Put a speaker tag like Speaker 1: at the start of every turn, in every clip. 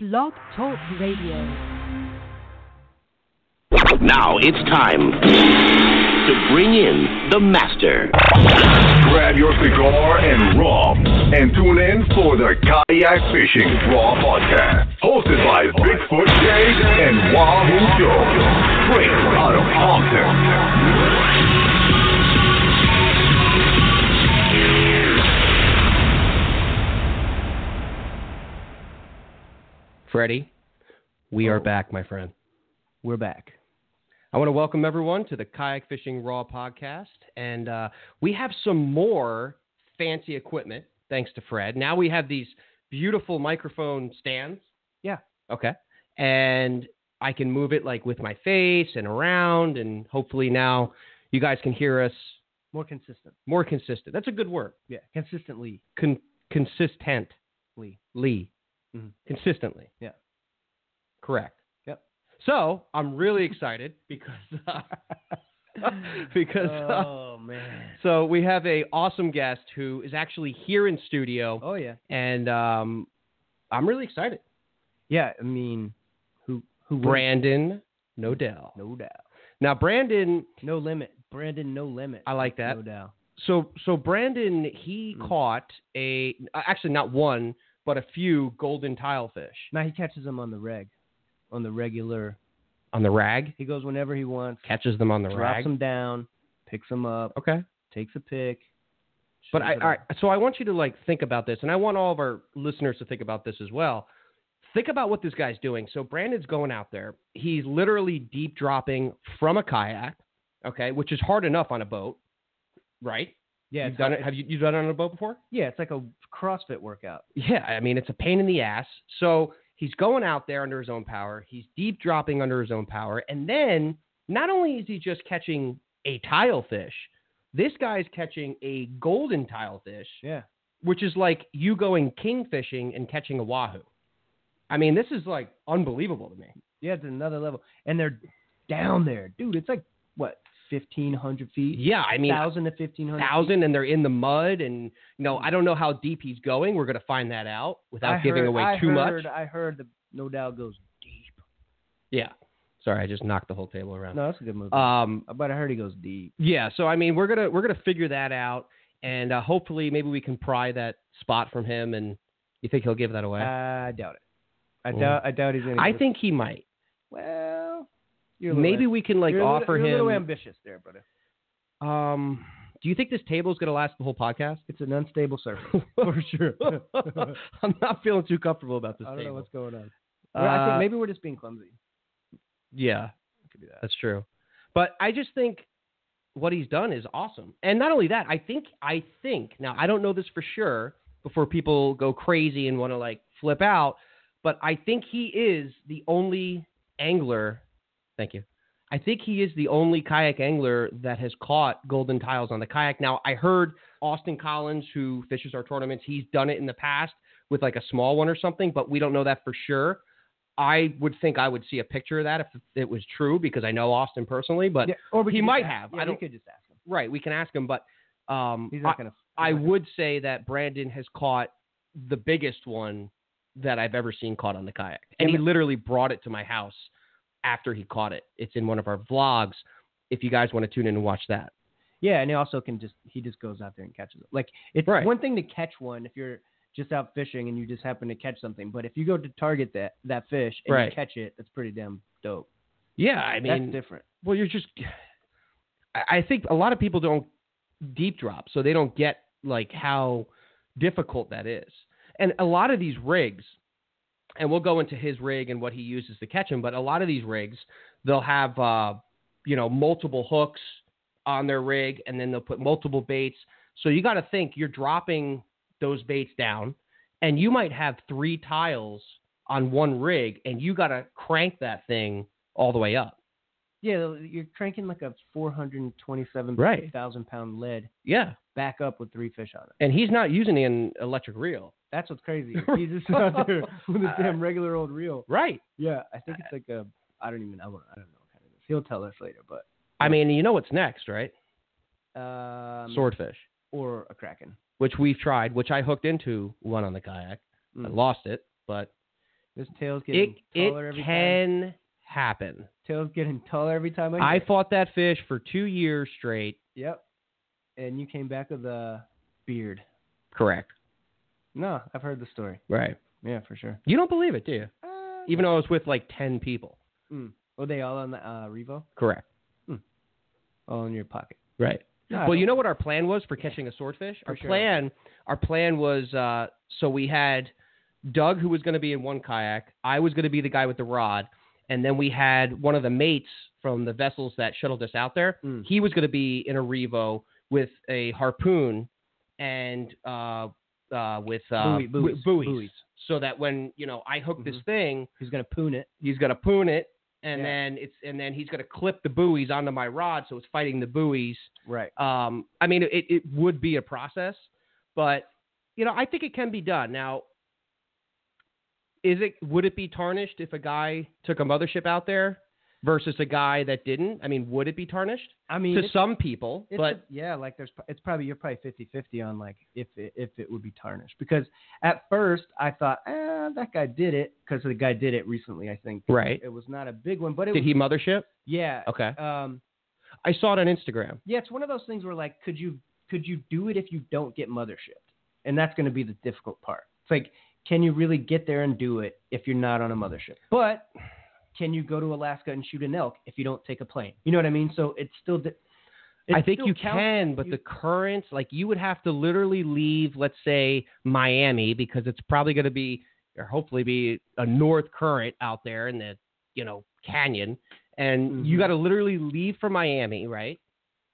Speaker 1: Blog Talk Radio.
Speaker 2: Now it's time to bring in the master.
Speaker 3: Grab your cigar and rum and tune in for the Kayak Fishing Raw Podcast. Hosted by Bigfoot Jay and Wahoo Joe. Straight out of Compton.
Speaker 4: Freddie, we are back, my friend.
Speaker 5: We're back.
Speaker 4: I want to welcome everyone to the Kayak Fishing Raw podcast. And uh, we have some more fancy equipment, thanks to Fred. Now we have these beautiful microphone stands.
Speaker 5: Yeah.
Speaker 4: Okay. And I can move it like with my face and around. And hopefully now you guys can hear us
Speaker 5: More consistent.
Speaker 4: more consistent. That's a good word.
Speaker 5: Yeah. Consistently.
Speaker 4: Con- consistent. Lee.
Speaker 5: Mhm.
Speaker 4: Consistently.
Speaker 5: Yeah.
Speaker 4: Correct.
Speaker 5: Yep.
Speaker 4: So I'm really excited because uh, because uh,
Speaker 5: oh man.
Speaker 4: so we have a awesome guest who is actually here in studio,
Speaker 5: Oh yeah.
Speaker 4: and um, I'm really excited.
Speaker 5: Yeah. I mean, who who? wouldn't?
Speaker 4: Brandon Nodell.
Speaker 5: Mm-hmm. No doubt.
Speaker 4: Now Brandon,
Speaker 5: No limit. Brandon. No limit.
Speaker 4: I like that.
Speaker 5: No doubt.
Speaker 4: so so Brandon he
Speaker 5: Mm.
Speaker 4: caught a actually not one but a few golden tilefish
Speaker 5: Now he catches them on the reg, on the regular.
Speaker 4: on the rag.
Speaker 5: He goes whenever he wants.
Speaker 4: Catches them on the
Speaker 5: drops
Speaker 4: rag.
Speaker 5: them down, picks them up,
Speaker 4: Okay.
Speaker 5: takes a pick.
Speaker 4: But
Speaker 5: shoves
Speaker 4: I,
Speaker 5: it
Speaker 4: all right,
Speaker 5: up.
Speaker 4: so I want you to like think about this, and I want all of our listeners to think about this as well. Think about what this guy's doing. So Brandon's going out there. He's literally deep dropping from a kayak, okay, which is hard enough on a boat, right?
Speaker 5: Yeah.
Speaker 4: you've
Speaker 5: it's
Speaker 4: done
Speaker 5: like-
Speaker 4: it. Have you you done it on a boat before?
Speaker 5: Yeah. It's like a CrossFit workout.
Speaker 4: Yeah, I mean it's a pain in the ass. So he's going out there under his own power. He's deep dropping under his own power, and then not only is he just catching a tilefish, this guy's catching a golden tilefish
Speaker 5: Yeah.
Speaker 4: which is like you going king fishing and catching a wahoo. I mean, this is like unbelievable to me.
Speaker 5: Yeah. It's another level, and they're down there, dude. It's like what, fifteen hundred feet?
Speaker 4: Yeah, I mean,
Speaker 5: thousand to fifteen hundred.
Speaker 4: thousand, and they're in the mud, and you know, I don't know how deep he's going. We're gonna find that out without
Speaker 5: I
Speaker 4: giving
Speaker 5: heard-
Speaker 4: away
Speaker 5: I
Speaker 4: too
Speaker 5: heard,
Speaker 4: much.
Speaker 5: I heard the No Doubt goes deep.
Speaker 4: Yeah, sorry, I just knocked the whole table around.
Speaker 5: No, that's a good movie.
Speaker 4: Um,
Speaker 5: but I heard he goes deep.
Speaker 4: yeah, so I mean, we're gonna we're gonna figure that out, and uh, hopefully, maybe we can pry that spot from him. And you think he'll give that away?
Speaker 5: I doubt it. I
Speaker 4: Mm.
Speaker 5: doubt. I doubt he's gonna.
Speaker 4: I
Speaker 5: give it-
Speaker 4: think he might.
Speaker 5: Well, you're a little
Speaker 4: Maybe
Speaker 5: am-
Speaker 4: we can like
Speaker 5: you're a little-
Speaker 4: offer
Speaker 5: you're A little
Speaker 4: him.
Speaker 5: ambitious there, brother.
Speaker 4: um, do you think this table's gonna last the whole podcast?
Speaker 5: It's an unstable surface for sure. I don't
Speaker 4: I'm not feeling too comfortable about this
Speaker 5: know
Speaker 4: table.
Speaker 5: what's going on.
Speaker 4: Uh,
Speaker 5: Well, I think maybe we're just being clumsy.
Speaker 4: yeah,
Speaker 5: Could be that.
Speaker 4: that's true. But I just think what he's done is awesome. And not only that, I think I think now I don't know this for sure before people go crazy and want to like flip out, but I think he is the only angler. Thank you. I think he is the only kayak angler that has caught golden tiles on the kayak. Now I heard Austin Collins, who fishes our tournaments, he's done it in the past with like a small one or something, but we don't know that for sure. I would think I would see a picture of that if it was true because I know Austin personally, but
Speaker 5: Yeah, or we
Speaker 4: he
Speaker 5: could just
Speaker 4: might
Speaker 5: ask-
Speaker 4: have.
Speaker 5: Yeah,
Speaker 4: I don't-
Speaker 5: We could just ask him.
Speaker 4: right, we can ask him. But um,
Speaker 5: He's
Speaker 4: I,
Speaker 5: not gonna.
Speaker 4: I
Speaker 5: he's not
Speaker 4: would say that Brandon has caught the biggest one that I've ever seen caught on the kayak, and
Speaker 5: Yeah,
Speaker 4: he literally brought it to my house after he caught it. It's in one of our vlogs. If you guys want to tune in and watch that,
Speaker 5: Yeah, and he also can just he just goes out there and catches it. Like it's
Speaker 4: Right.
Speaker 5: one thing to catch one if you're just out fishing and you just happen to catch something, but if you go to target that that fish and
Speaker 4: Right.
Speaker 5: you catch it, that's pretty damn dope.
Speaker 4: yeah, I mean,
Speaker 5: that's different.
Speaker 4: well, you're just. I I think a lot of people don't deep drop, so they don't get like how difficult that is. And a lot of these rigs, and we'll go into his rig and what he uses to catch him, but a lot of these rigs, they'll have uh, you know multiple hooks on their rig, and then they'll put multiple baits. So you got to think you're dropping those baits down, and you might have three tiles on one rig, and you got to crank that thing all the way up.
Speaker 5: Yeah, you're cranking like a 427,000
Speaker 4: Right.
Speaker 5: pound lead
Speaker 4: Yeah.
Speaker 5: back up with three fish on it.
Speaker 4: and he's not using an electric reel.
Speaker 5: That's what's crazy. He's just out there with
Speaker 4: Uh,
Speaker 5: his damn regular old reel.
Speaker 4: Right.
Speaker 5: Yeah, I think it's like a I don't even I, want, I don't know what kind of this. He'll tell us later, but
Speaker 4: I mean, you know what's next, right?
Speaker 5: um,
Speaker 4: Swordfish,
Speaker 5: or a kraken.
Speaker 4: which we've tried, which I hooked into one on the kayak. I
Speaker 5: Mm.
Speaker 4: lost it, but
Speaker 5: This tail's
Speaker 4: It
Speaker 5: getting taller
Speaker 4: it
Speaker 5: every time.
Speaker 4: can happen.
Speaker 5: Tail's getting taller every time I.
Speaker 4: I
Speaker 5: hear it.
Speaker 4: fought that fish for two years straight.
Speaker 5: Yep. And you came back with a beard.
Speaker 4: Correct.
Speaker 5: No, I've heard the story.
Speaker 4: Right.
Speaker 5: Yeah, for sure.
Speaker 4: You don't believe it, do you? Even though I was with like ten people.
Speaker 5: Were they all on the uh, Revo?
Speaker 4: Correct.
Speaker 5: All in your pocket.
Speaker 4: Right.
Speaker 5: No, I
Speaker 4: well,
Speaker 5: don't-
Speaker 4: you know what our plan was for catching a swordfish.
Speaker 5: For
Speaker 4: our
Speaker 5: sure.
Speaker 4: plan, our plan was uh, so we had Doug who was going to be in one kayak. I was going to be the guy with the rod, and then we had one of the mates from the vessels that shuttled us out there.
Speaker 5: Mm.
Speaker 4: He was going to be in a revo with a harpoon and uh, uh, with uh,
Speaker 5: Buoy-
Speaker 4: bu-
Speaker 5: buoys.
Speaker 4: buoys,
Speaker 5: Buoys.
Speaker 4: so that when you know I hook this
Speaker 5: Mhm.
Speaker 4: thing,
Speaker 5: Who's gonna poon it?
Speaker 4: he's gonna poon it, and
Speaker 5: Yeah.
Speaker 4: then it's and then he's gonna clip the buoys onto my rod, so it's fighting the buoys.
Speaker 5: Right.
Speaker 4: Um, I mean, it, it would be a process, but you know, I think it can be done. Now, is it would it be tarnished if a guy took a mothership out there versus a guy that didn't? I mean, would it be tarnished
Speaker 5: I mean,
Speaker 4: to
Speaker 5: it's,
Speaker 4: some people?
Speaker 5: it's
Speaker 4: But
Speaker 5: a- yeah, like there's, pro- it's probably you're probably 50-50 on like if it, if it would be tarnished because at first I thought ah that guy did it because the guy did it recently I think
Speaker 4: right,
Speaker 5: it was not a big one but it
Speaker 4: did
Speaker 5: was
Speaker 4: he mothership?
Speaker 5: yeah
Speaker 4: Okay,
Speaker 5: um
Speaker 4: I saw it on Instagram.
Speaker 5: yeah it's one of those things where like could you could you do it if you don't get mothershipped and that's going to be the difficult part it's like can you really get there and do it if you're not on a mothership but can you go to Alaska and shoot an elk if you don't take a plane you know what I mean so it's still di- it
Speaker 4: I think
Speaker 5: still
Speaker 4: you
Speaker 5: counts
Speaker 4: can, but
Speaker 5: you-
Speaker 4: the currents, like you would have to literally leave, let's say Miami, because it's probably going to be or hopefully be a north current out there in the you know canyon, and you
Speaker 5: Mhm.
Speaker 4: got to literally leave from Miami, right,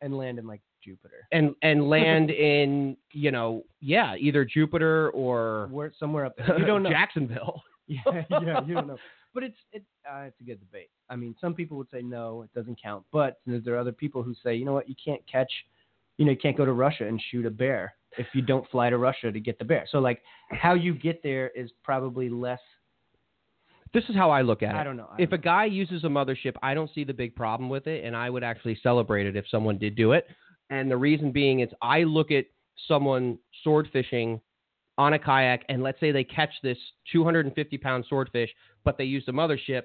Speaker 5: and land in like Jupiter
Speaker 4: and and land in you know yeah either Jupiter or
Speaker 5: where somewhere up there. you don't know
Speaker 4: Jacksonville.
Speaker 5: yeah, yeah you don't know but it's it uh, it's a good debate I mean some people would say no it doesn't count but there are other people who say you know what you can't catch you know you can't go to Russia and shoot a bear if you don't fly to Russia to get the bear so like how you get there is probably less
Speaker 4: This is how I look at it.
Speaker 5: I don't know I
Speaker 4: if a
Speaker 5: don't
Speaker 4: guy uses a mothership, I don't see the big problem with it, and I would actually celebrate it if someone did do it. And the reason being is I look at someone sword fishing on a kayak, and let's say they catch this 250 pound swordfish, but they used a mothership.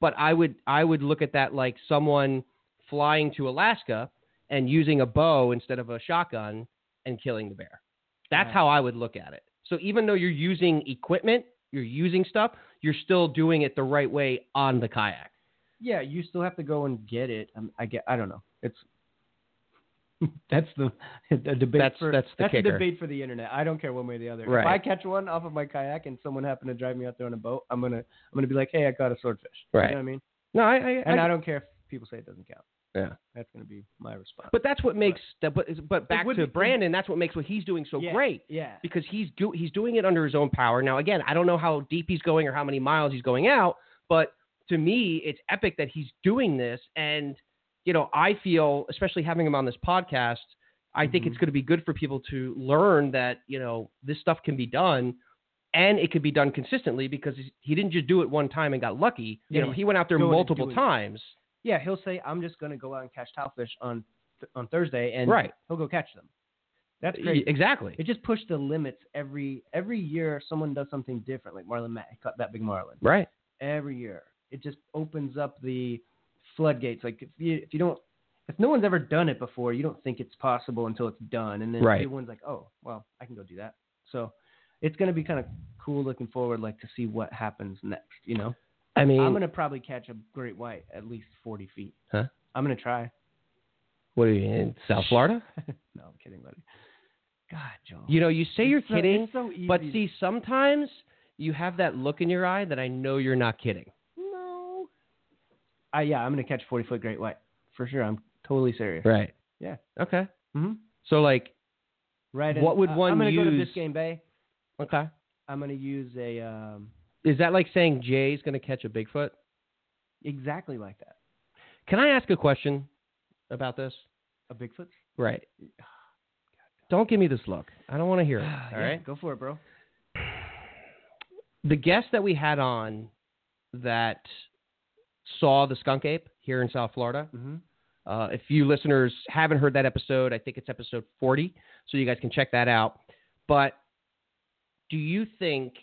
Speaker 4: But I would I would look at that like someone flying to Alaska and using a bow instead of a shotgun and killing the bear. That's
Speaker 5: Right.
Speaker 4: how I would look at it. So even though you're using equipment, you're using stuff, you're still doing it the right way on the kayak.
Speaker 5: yeah you still have to go and get it um, I get I don't know it's that's the, the debate.
Speaker 4: That's-
Speaker 5: for,
Speaker 4: that's the kicker.
Speaker 5: debate for the internet. I don't care one way or the other.
Speaker 4: Right.
Speaker 5: If I catch one off of my kayak and someone happened to drive me out there on a boat, I'm gonna I'm gonna be like, hey, I caught a swordfish.
Speaker 4: Right.
Speaker 5: You know what I mean?
Speaker 4: No, I,
Speaker 5: And I, don't care if people say it doesn't count.
Speaker 4: Yeah.
Speaker 5: That's gonna be my response.
Speaker 4: but that's what makes that. But, but back
Speaker 5: would
Speaker 4: to
Speaker 5: be-
Speaker 4: Brandon, that's what makes what he's doing so
Speaker 5: Yeah.
Speaker 4: great
Speaker 5: yeah.
Speaker 4: because he's do, he's doing it under his own power. Now again, I don't know how deep he's going or how many miles he's going out, but to me, it's epic that he's doing this. And you know, I feel especially having him on this podcast, I think
Speaker 5: Mhm.
Speaker 4: it's going to be good for people to learn that you know this stuff can be done. And it could be done consistently because he didn't just do it one time and got lucky.
Speaker 5: Yeah,
Speaker 4: You know,
Speaker 5: he's
Speaker 4: he went out there
Speaker 5: going and
Speaker 4: multiple
Speaker 5: doing it.
Speaker 4: times.
Speaker 5: Yeah, he'll say, I'm just gonna go out and catch tilefish on th- on Thursday and
Speaker 4: Right.
Speaker 5: he'll go catch them. That's
Speaker 4: Y-
Speaker 5: great.
Speaker 4: Exactly.
Speaker 5: It just pushed the limits every every year someone does something different. Like Marlon Mack he caught that big Marlin.
Speaker 4: Right.
Speaker 5: every year. It just opens up the floodgates. Like if you if you don't if no one's ever done it before, you don't think it's possible until it's done, and then
Speaker 4: Right.
Speaker 5: everyone's like, oh well, I can go do that. So it's gonna be kind of cool looking forward, like to see what happens next. You know,
Speaker 4: I mean,
Speaker 5: I'm gonna probably catch a great white at least 40 feet.
Speaker 4: Huh?
Speaker 5: I'm gonna try.
Speaker 4: what are you in South Florida?
Speaker 5: No, I'm kidding, buddy. God, Joel.
Speaker 4: You know, you say you're
Speaker 5: It's so-
Speaker 4: kidding,
Speaker 5: it's so easy
Speaker 4: but
Speaker 5: to-
Speaker 4: see, sometimes you have that look in your eye that I know you're not kidding.
Speaker 5: no. I Uh, yeah, I'm gonna catch 40 foot great white for sure. I'm totally serious.
Speaker 4: Right.
Speaker 5: Yeah.
Speaker 4: Okay.
Speaker 5: hmm
Speaker 4: So like,
Speaker 5: Right.
Speaker 4: What
Speaker 5: and,
Speaker 4: would
Speaker 5: uh,
Speaker 4: one
Speaker 5: I'm gonna go to
Speaker 4: use-
Speaker 5: Biscayne Bay.
Speaker 4: okay.
Speaker 5: I'm gonna use a um,
Speaker 4: Is that like saying Jay's going to catch a Bigfoot?
Speaker 5: exactly like that.
Speaker 4: Can I ask a question about this?
Speaker 5: A Bigfoot.
Speaker 4: Right. Don't give me this look. I don't want to hear it. All right.
Speaker 5: Yeah, Go for it, bro.
Speaker 4: the guest that we had on that saw the skunk ape here in South Florida.
Speaker 5: Mhm.
Speaker 4: Uh, if you listeners haven't heard that episode, I think it's episode 40, so you guys can check that out. But do you think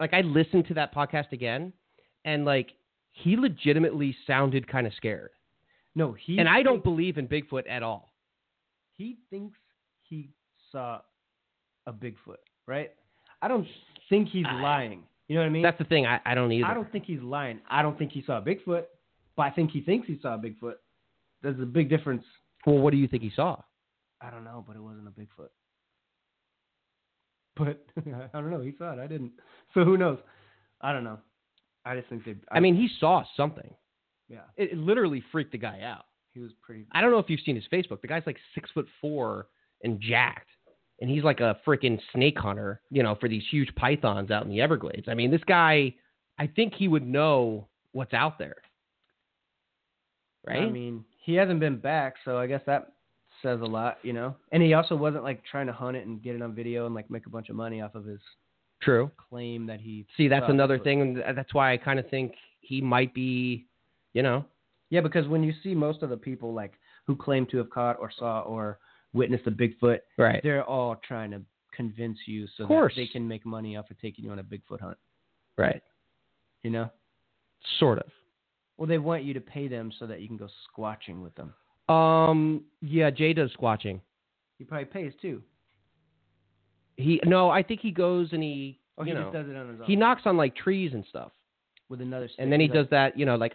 Speaker 4: like I listened to that podcast again, and like he legitimately sounded kind of scared.
Speaker 5: No, he
Speaker 4: And I don't believe in Bigfoot at all.
Speaker 5: he thinks he saw a Bigfoot, right? I don't think he's lying. You know what I mean?
Speaker 4: That's the thing. I, I don't either.
Speaker 5: I don't think he's lying. I don't think he saw a Bigfoot, but I think he thinks he saw a Bigfoot. There's a big difference.
Speaker 4: well, what do you think he saw?
Speaker 5: I don't know, but it wasn't a Bigfoot. But I don't know. He saw it. I didn't. So who knows? I don't know. I just think they.
Speaker 4: I, mean, he saw something.
Speaker 5: yeah,
Speaker 4: It, it literally freaked the guy out.
Speaker 5: he was pretty.
Speaker 4: I don't know if you've seen his Facebook. The guy's like six foot four and jacked, and he's like a freaking snake hunter, you know, for these huge pythons out in the Everglades. I mean, this guy, I think he would know what's out there, right?
Speaker 5: I mean, he hasn't been back, so I guess that says a lot, you know. And he also wasn't like trying to hunt it and get it on video and like make a bunch of money off of his
Speaker 4: True.
Speaker 5: claim that he.
Speaker 4: See, that's
Speaker 5: saw a
Speaker 4: another
Speaker 5: Bigfoot.
Speaker 4: thing, and th- that's why I kind of think he might be, you know,
Speaker 5: Yeah, because when you see most of the people like who claim to have caught or saw or witnessed a Bigfoot,
Speaker 4: right?
Speaker 5: they're all trying to convince you so
Speaker 4: Of
Speaker 5: that
Speaker 4: course.
Speaker 5: they can make money off of taking you on a Bigfoot hunt.
Speaker 4: Right.
Speaker 5: You know?
Speaker 4: Sort of.
Speaker 5: Well, they want you to pay them so that you can go squatching with them.
Speaker 4: Um. Yeah, Jay does squatching.
Speaker 5: He probably pays too.
Speaker 4: He no, I think he goes and he,
Speaker 5: Or
Speaker 4: you
Speaker 5: Oh, he
Speaker 4: know,
Speaker 5: just does it on his own
Speaker 4: he knocks on like trees and stuff,
Speaker 5: with another. Stick.
Speaker 4: and then he
Speaker 5: He's
Speaker 4: does
Speaker 5: like,
Speaker 4: that, you know, like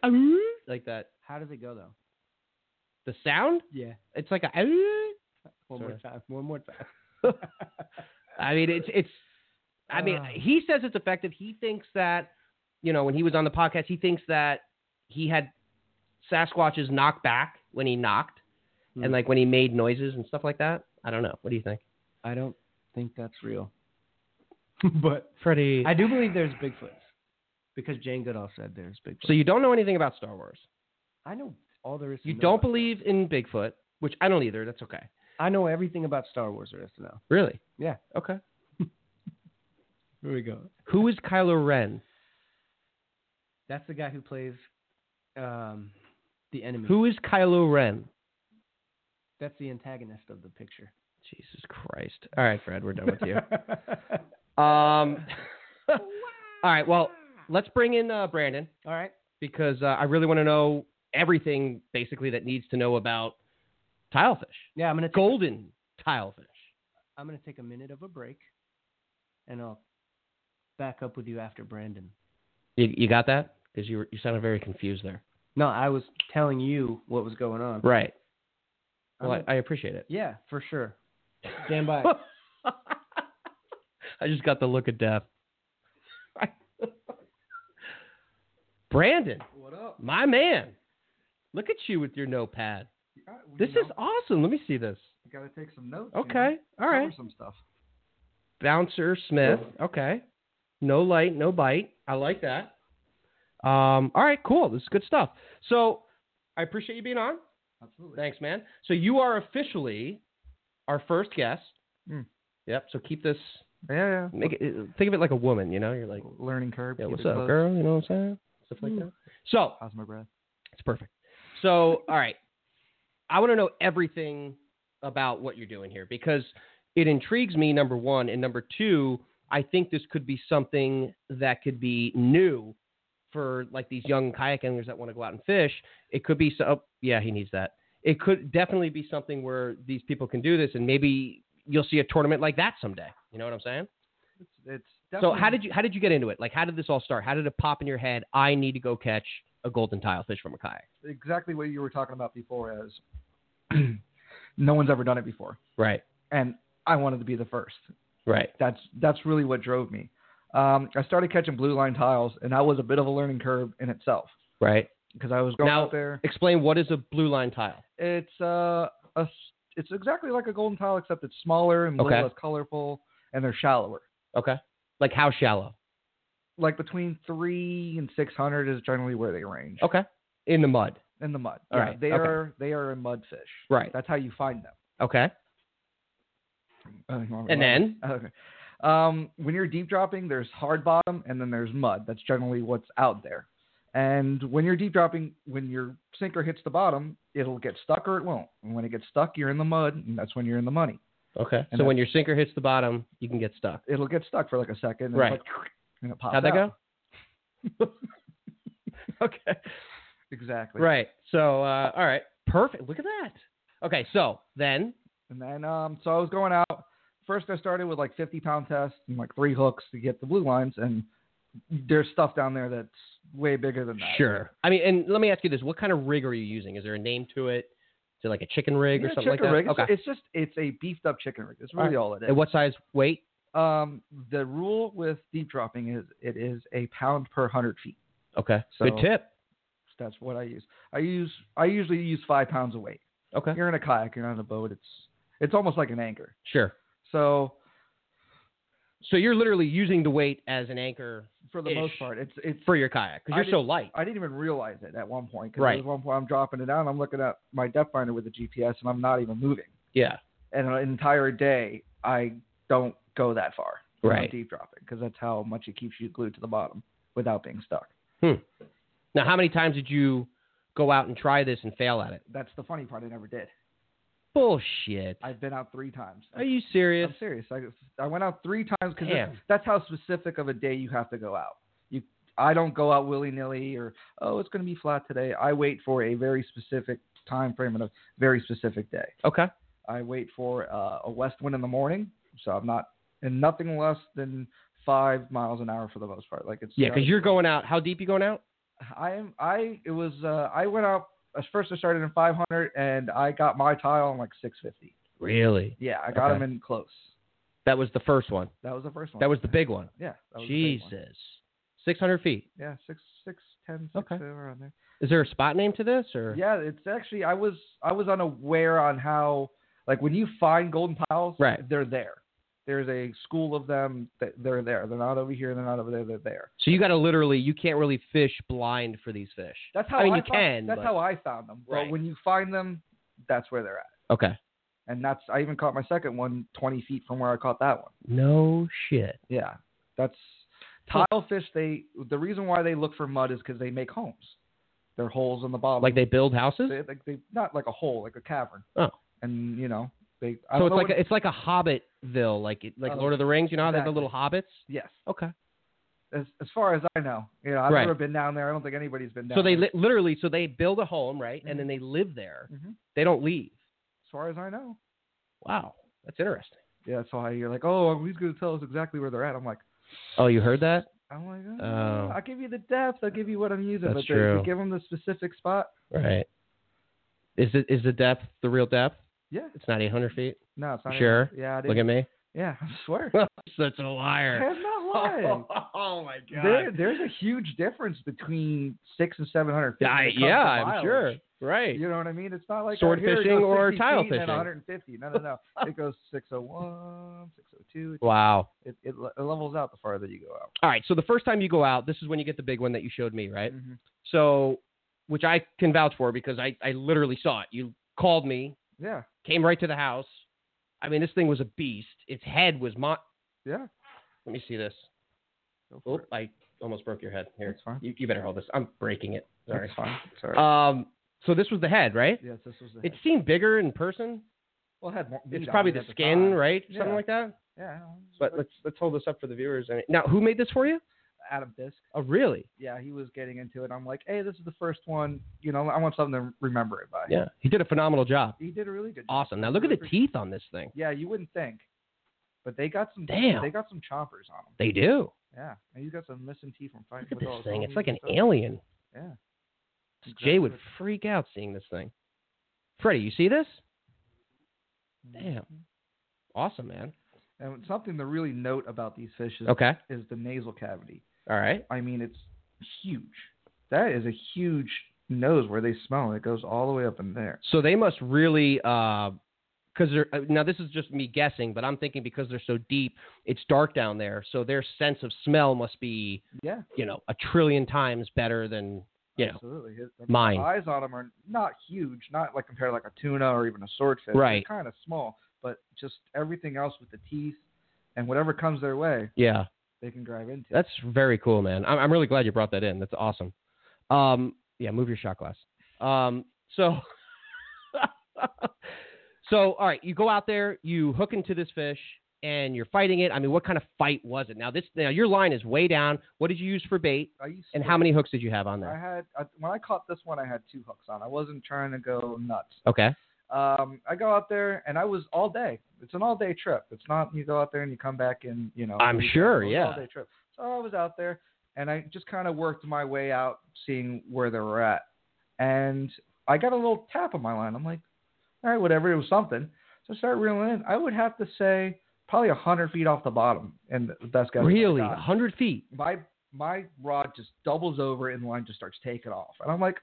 Speaker 4: like that.
Speaker 5: How does it go though?
Speaker 4: The sound?
Speaker 5: Yeah.
Speaker 4: It's like a. uh,
Speaker 5: One
Speaker 4: Sorry.
Speaker 5: more time. One more time.
Speaker 4: I mean, it's it's. I mean,
Speaker 5: Ah.
Speaker 4: he says it's effective. He thinks that, you know, when he was on the podcast, he thinks that he had Sasquatches knock back when he knocked,
Speaker 5: Hmm.
Speaker 4: and like when he made noises and stuff like that. I don't know. What do you think?
Speaker 5: I don't think that's real. but
Speaker 4: Pretty.
Speaker 5: I do believe there's Bigfoots because Jane Goodall said there's Bigfoot.
Speaker 4: so you don't know anything about Star Wars.
Speaker 5: I know all there is. to
Speaker 4: You
Speaker 5: know
Speaker 4: don't
Speaker 5: about Star
Speaker 4: believe in Bigfoot, which I don't either. That's okay.
Speaker 5: I know everything about Star Wars there is to know.
Speaker 4: Really?
Speaker 5: Yeah.
Speaker 4: Okay.
Speaker 5: Here we go.
Speaker 4: Who is Kylo Ren?
Speaker 5: That's the guy who plays um, the enemy.
Speaker 4: Who is Kylo Ren?
Speaker 5: That's the antagonist of the picture.
Speaker 4: Jesus Christ! All right, Fred, we're done with you.
Speaker 5: all
Speaker 4: Um, all right. Well, let's bring in uh, Brandon
Speaker 5: right.
Speaker 4: because uh, I really want to know everything basically that needs to know about tilefish,
Speaker 5: Yeah, I'm gonna take,
Speaker 4: golden tilefish.
Speaker 5: I'm gonna take a minute of a break, and I'll back up with you after Brandon.
Speaker 4: You, you got that? Because you were, you sounded very confused there.
Speaker 5: No, I was telling you what was going on.
Speaker 4: Right.
Speaker 5: I'm
Speaker 4: Well,
Speaker 5: gonna-
Speaker 4: I, I appreciate it.
Speaker 5: yeah, for sure. Stand by.
Speaker 4: I just got the look of death. Brandon,
Speaker 5: what up?
Speaker 4: my man, look at you with your notepad. This is awesome. Let me see this.
Speaker 5: gotta take some notes.
Speaker 4: Okay. All right.
Speaker 5: Some stuff.
Speaker 4: Bouncer Smith. Okay. No light, no bite. I like that. Um, all right, cool. This is good stuff. So I appreciate you being on.
Speaker 5: Absolutely.
Speaker 4: Thanks, man. So you are officially our first guest.
Speaker 6: Mm.
Speaker 4: Yep. So keep this.
Speaker 6: Yeah, yeah.
Speaker 4: Make it, think of it like a woman. You know, you're like,
Speaker 6: Learning curve.
Speaker 4: yeah,
Speaker 6: keep
Speaker 4: what's
Speaker 6: it
Speaker 4: up,
Speaker 6: close. Hmm.
Speaker 4: girl? You know what I'm saying? Stuff like that. So
Speaker 6: How's my breath?
Speaker 4: it's perfect. So, all right. I want to know everything about what you're doing here because it intrigues me, number one. And number two, I think this could be something that could be new for like these young kayakingers that want to go out and fish. It could be so, oh, yeah, he needs that. It could definitely be something where these people can do this and maybe you'll see a tournament like that someday. You know what I'm saying?
Speaker 6: It's, it's
Speaker 4: So
Speaker 6: definitely-
Speaker 4: how did you how did you get into it? Like how did this all start? How did it pop in your head? I need to go catch a golden tilefish from a kayak.
Speaker 6: exactly what you were talking about before is no one's ever done it before,
Speaker 4: Right.
Speaker 6: and I wanted to be the first.
Speaker 4: Right.
Speaker 6: That's that's really what drove me. Um, I started catching blue line tiles, and that was a bit of a learning curve in itself
Speaker 4: Right.
Speaker 6: because I was going
Speaker 4: Now-
Speaker 6: out there.
Speaker 4: Explain what is a blue line tile.
Speaker 6: It's uh, a s it's exactly like a golden tile except it's smaller and a
Speaker 4: Okay.
Speaker 6: little less colorful, and they're shallower.
Speaker 4: Okay. Like how shallow?
Speaker 6: Like between three and six hundred is generally where they range
Speaker 4: Okay. In the mud.
Speaker 6: in the mud.
Speaker 4: All
Speaker 6: yeah,
Speaker 4: right,
Speaker 6: they
Speaker 4: okay.
Speaker 6: are they are a mud fish.
Speaker 4: Right.
Speaker 6: That's how you find them.
Speaker 4: Okay.
Speaker 6: Uh, you want-
Speaker 4: And then?
Speaker 6: okay. Um, when you're deep dropping, there's hard bottom and then there's mud. That's generally what's out there. And when you're deep dropping, when your sinker hits the bottom, it'll get stuck or it won't. And when it gets stuck, you're in the mud, and that's when you're in the money.
Speaker 4: Okay.
Speaker 6: And
Speaker 4: so
Speaker 6: that-
Speaker 4: when your sinker hits the bottom, you can get stuck.
Speaker 6: It'll get stuck for like a second. And
Speaker 4: Right.
Speaker 6: It's like, and it pops
Speaker 4: How'd that
Speaker 6: out.
Speaker 4: go? okay.
Speaker 6: Exactly.
Speaker 4: Right. So, uh, all right. Perfect. Look at that. Okay. So then,
Speaker 6: And then, um, so I was going out. First, I started with like 50 pound tests and like three hooks to get the blue lines, and there's stuff down there that's way bigger than that.
Speaker 4: sure. I mean, and let me ask you this: What kind of rig are you using? Is there a name to it? Is it like a chicken rig
Speaker 6: Yeah,
Speaker 4: or something like
Speaker 6: chicken
Speaker 4: that?
Speaker 6: rig. It's,
Speaker 4: Okay.
Speaker 6: it's just it's a beefed up chicken rig. That's really all it is.
Speaker 4: and what size weight?
Speaker 6: um, the rule with deep dropping is it is a pound per hundred feet.
Speaker 4: Okay.
Speaker 6: So-
Speaker 4: Good tip.
Speaker 6: That's what I use. I use I usually use five pounds of weight.
Speaker 4: Okay.
Speaker 6: You're in a kayak, you're on a boat. It's it's almost like an anchor.
Speaker 4: Sure.
Speaker 6: So
Speaker 4: So you're literally using the weight as an anchor
Speaker 6: for the
Speaker 4: Ish.
Speaker 6: most part, it's it's
Speaker 4: for your kayak because
Speaker 6: I
Speaker 4: you're so
Speaker 6: did-
Speaker 4: light.
Speaker 6: I didn't even realize it at one point. 'cause
Speaker 4: Right.
Speaker 6: There was one point I'm dropping it down. I'm looking at my depth finder with a GPS, and I'm not even moving.
Speaker 4: yeah.
Speaker 6: And an entire day, I don't go that far. when I'm
Speaker 4: Right.
Speaker 6: Deep dropping because that's how much it keeps you glued to the bottom without being stuck.
Speaker 4: Now, how many times did you go out and try this and fail at it?
Speaker 6: That's the funny part. I never did.
Speaker 4: Bullshit.
Speaker 6: I've been out three times.
Speaker 4: Are you serious?
Speaker 6: I'm serious. I, I went out three times because
Speaker 4: Damn.
Speaker 6: that's how specific of a day you have to go out. You, I don't go out willy nilly or oh it's going to be flat today. I wait for a very specific time frame and a very specific day.
Speaker 4: Okay.
Speaker 6: I wait for uh, a west wind in the morning, so I'm not and nothing less than five miles an hour for the most part. Like it's
Speaker 4: Yeah, because you're going out. How deep you going out?
Speaker 6: I am I it was uh, I went out uh, first. I started in 500 and I got my tile in like 650.
Speaker 4: Really?
Speaker 6: Yeah, I got
Speaker 4: Okay.
Speaker 6: him in close.
Speaker 4: That was the first one.
Speaker 6: That was the first one.
Speaker 4: That was the big one.
Speaker 6: yeah. Oh, That was the big one.
Speaker 4: Jesus. 600 feet.
Speaker 6: Yeah, six, six, ten, six,
Speaker 4: Okay.
Speaker 6: okay. around there.
Speaker 4: Is there a spot name to this or?
Speaker 6: Yeah, it's actually I was I was unaware on how like when you find golden tiles,
Speaker 4: Right.
Speaker 6: They're there. There's a school of them that they're there. They're not over here. They're not over there. They're there.
Speaker 4: So you got to literally, you can't really fish blind for these fish.
Speaker 6: That's how
Speaker 4: I mean, you
Speaker 6: found,
Speaker 4: can.
Speaker 6: That's
Speaker 4: but-
Speaker 6: how I found them. But
Speaker 4: Right.
Speaker 6: when you find them, that's where they're at.
Speaker 4: Okay.
Speaker 6: And that's I even caught my second one 20 feet from where I caught that one.
Speaker 4: No shit.
Speaker 6: Yeah, that's
Speaker 4: Huh.
Speaker 6: tile fish. They the reason why they look for mud is because they make homes. They're holes in the bottom.
Speaker 4: Like they build houses?
Speaker 6: They, like they not like a hole, like a cavern.
Speaker 4: Oh.
Speaker 6: And you know they. I
Speaker 4: So
Speaker 6: don't
Speaker 4: it's
Speaker 6: know
Speaker 4: like
Speaker 6: what-
Speaker 4: a, it's like a Hobbitville, like it, like
Speaker 6: Oh,
Speaker 4: Lord of the Rings. You know how they have the
Speaker 6: exactly.
Speaker 4: little hobbits.
Speaker 6: yes.
Speaker 4: Okay.
Speaker 6: As as far as I know, you know I've
Speaker 4: Right.
Speaker 6: never been down there. I don't think anybody's been down.
Speaker 4: so they
Speaker 6: there,
Speaker 4: li- literally, so they build a home, right,
Speaker 6: Mhm.
Speaker 4: and then they live there.
Speaker 6: Mhm.
Speaker 4: They don't leave.
Speaker 6: as far as I know.
Speaker 4: Wow, that's interesting.
Speaker 6: Yeah, that's why you're like, oh, he's gonna tell us exactly where they're at. I'm like,
Speaker 4: Oh, you heard that?
Speaker 6: I'm like, oh,
Speaker 4: Oh.
Speaker 6: I'll give you the depth. I'll give you what I'm using.
Speaker 4: That's
Speaker 6: but they- if
Speaker 4: true.
Speaker 6: you give them the specific spot,
Speaker 4: Right. Is it is the depth the real depth?
Speaker 6: yeah,
Speaker 4: It's not 800 feet.
Speaker 6: no, it's not.
Speaker 4: Sure.
Speaker 6: Yeah, I
Speaker 4: Look
Speaker 6: didn't-
Speaker 4: at me.
Speaker 6: yeah, I swear.
Speaker 4: Such a liar.
Speaker 6: I'm not lying.
Speaker 4: oh my
Speaker 6: There, there's a huge difference between six and seven hundred.
Speaker 4: I, yeah, I'm sure. Right.
Speaker 6: You know what I mean? It's not like
Speaker 4: Sword
Speaker 6: oh, here it
Speaker 4: fishing
Speaker 6: goes
Speaker 4: or
Speaker 6: 60
Speaker 4: tile
Speaker 6: feet and then
Speaker 4: fishing.
Speaker 6: 150. No, no, no. it goes 601, 602.
Speaker 4: Wow.
Speaker 6: It, it, le- it levels out the farther you go out.
Speaker 4: All right. So the first time you go out, this is when you get the big one that you showed me, right?
Speaker 6: Mhm.
Speaker 4: So, which I can vouch for because I, I literally saw it. You called me,
Speaker 6: Yeah,
Speaker 4: came right to the house. I mean, this thing was a beast. Its head was mon.
Speaker 6: yeah.
Speaker 4: Let me see this.
Speaker 6: Go for
Speaker 4: Oh,
Speaker 6: it.
Speaker 4: I almost broke your head. Here,
Speaker 6: That's fine.
Speaker 4: you, you better hold this. I'm breaking it. Sorry.
Speaker 6: That's fine. Sorry.
Speaker 4: Um, so this was the head, right?
Speaker 6: yes, this was the
Speaker 4: It
Speaker 6: head.
Speaker 4: seemed bigger in person.
Speaker 6: well, it had more meat
Speaker 4: It's
Speaker 6: on
Speaker 4: probably
Speaker 6: it
Speaker 4: the
Speaker 6: at
Speaker 4: skin,
Speaker 6: time.
Speaker 4: right?
Speaker 6: Yeah.
Speaker 4: Something like that.
Speaker 6: Yeah.
Speaker 4: But let's let's hold this up for the viewers. And now, who made this for you?
Speaker 6: Adam Fisk.
Speaker 4: Oh, really?
Speaker 6: Yeah, he was getting into it. I'm like, hey, this is the first one. You know, I want something to remember it by.
Speaker 4: Yeah, he did a phenomenal job.
Speaker 6: He did a really good job.
Speaker 4: Awesome. Now look at the teeth on this thing.
Speaker 6: Yeah, you wouldn't think, but they got some.
Speaker 4: Damn.
Speaker 6: They got some chompers on them.
Speaker 4: They do.
Speaker 6: Yeah, and he's got some missing teeth from fighting
Speaker 4: Look at
Speaker 6: with all
Speaker 4: this
Speaker 6: his
Speaker 4: thing. It's
Speaker 6: homies
Speaker 4: like
Speaker 6: and
Speaker 4: an
Speaker 6: stuff.
Speaker 4: alien.
Speaker 6: Yeah.
Speaker 4: Jay would
Speaker 6: Exactly.
Speaker 4: freak out seeing this thing. Freddie, you see this? Damn. Awesome, man.
Speaker 6: Mm-hmm. And something to really note about these fish is,
Speaker 4: Okay.
Speaker 6: is the nasal cavity.
Speaker 4: All right.
Speaker 6: I mean, it's huge. That is a huge nose where they smell. and It goes all the way up in there.
Speaker 4: So they must really, because they're uh, now this is just me guessing, but I'm thinking because they're so deep, it's dark down there. So their sense of smell must be,
Speaker 6: Yeah,
Speaker 4: you know, a trillion times better than, you know,
Speaker 6: absolutely. His, I mean,
Speaker 4: mine.
Speaker 6: The eyes on them are not huge, not like compared to like a tuna or even a swordfish.
Speaker 4: Right.
Speaker 6: Kind of small, but just everything else with the teeth and whatever comes their way,
Speaker 4: yeah.
Speaker 6: they can drive into.
Speaker 4: That's very cool, man. I'm, I'm really glad you brought that in. That's awesome. Um, yeah, move your shot glass. Um, so, so all right, you go out there, you hook into this fish, and you're fighting it. I mean, what kind of fight was it? Now this now your line is way down. What did you use for bait?
Speaker 6: I used
Speaker 4: And
Speaker 6: to-
Speaker 4: how many hooks did you have on
Speaker 6: I
Speaker 4: there?
Speaker 6: had I, when I caught this one, I had two hooks on. I wasn't trying to go nuts.
Speaker 4: Okay.
Speaker 6: Um, I go out there and I was all day. It's an all day trip. It's not you go out there and you come back and you know.
Speaker 4: I'm
Speaker 6: you-
Speaker 4: sure,
Speaker 6: it's an
Speaker 4: yeah.
Speaker 6: All day trip. So I was out there and I just kind of worked my way out, seeing where they were at, and I got a little tap on my line. I'm like, all right, whatever. It was something. So I start reeling in. I would have to say probably a hundred feet off the bottom, and that's got
Speaker 4: Really, a hundred feet.
Speaker 6: my my rod just doubles over and the line just starts taking off. And I'm like,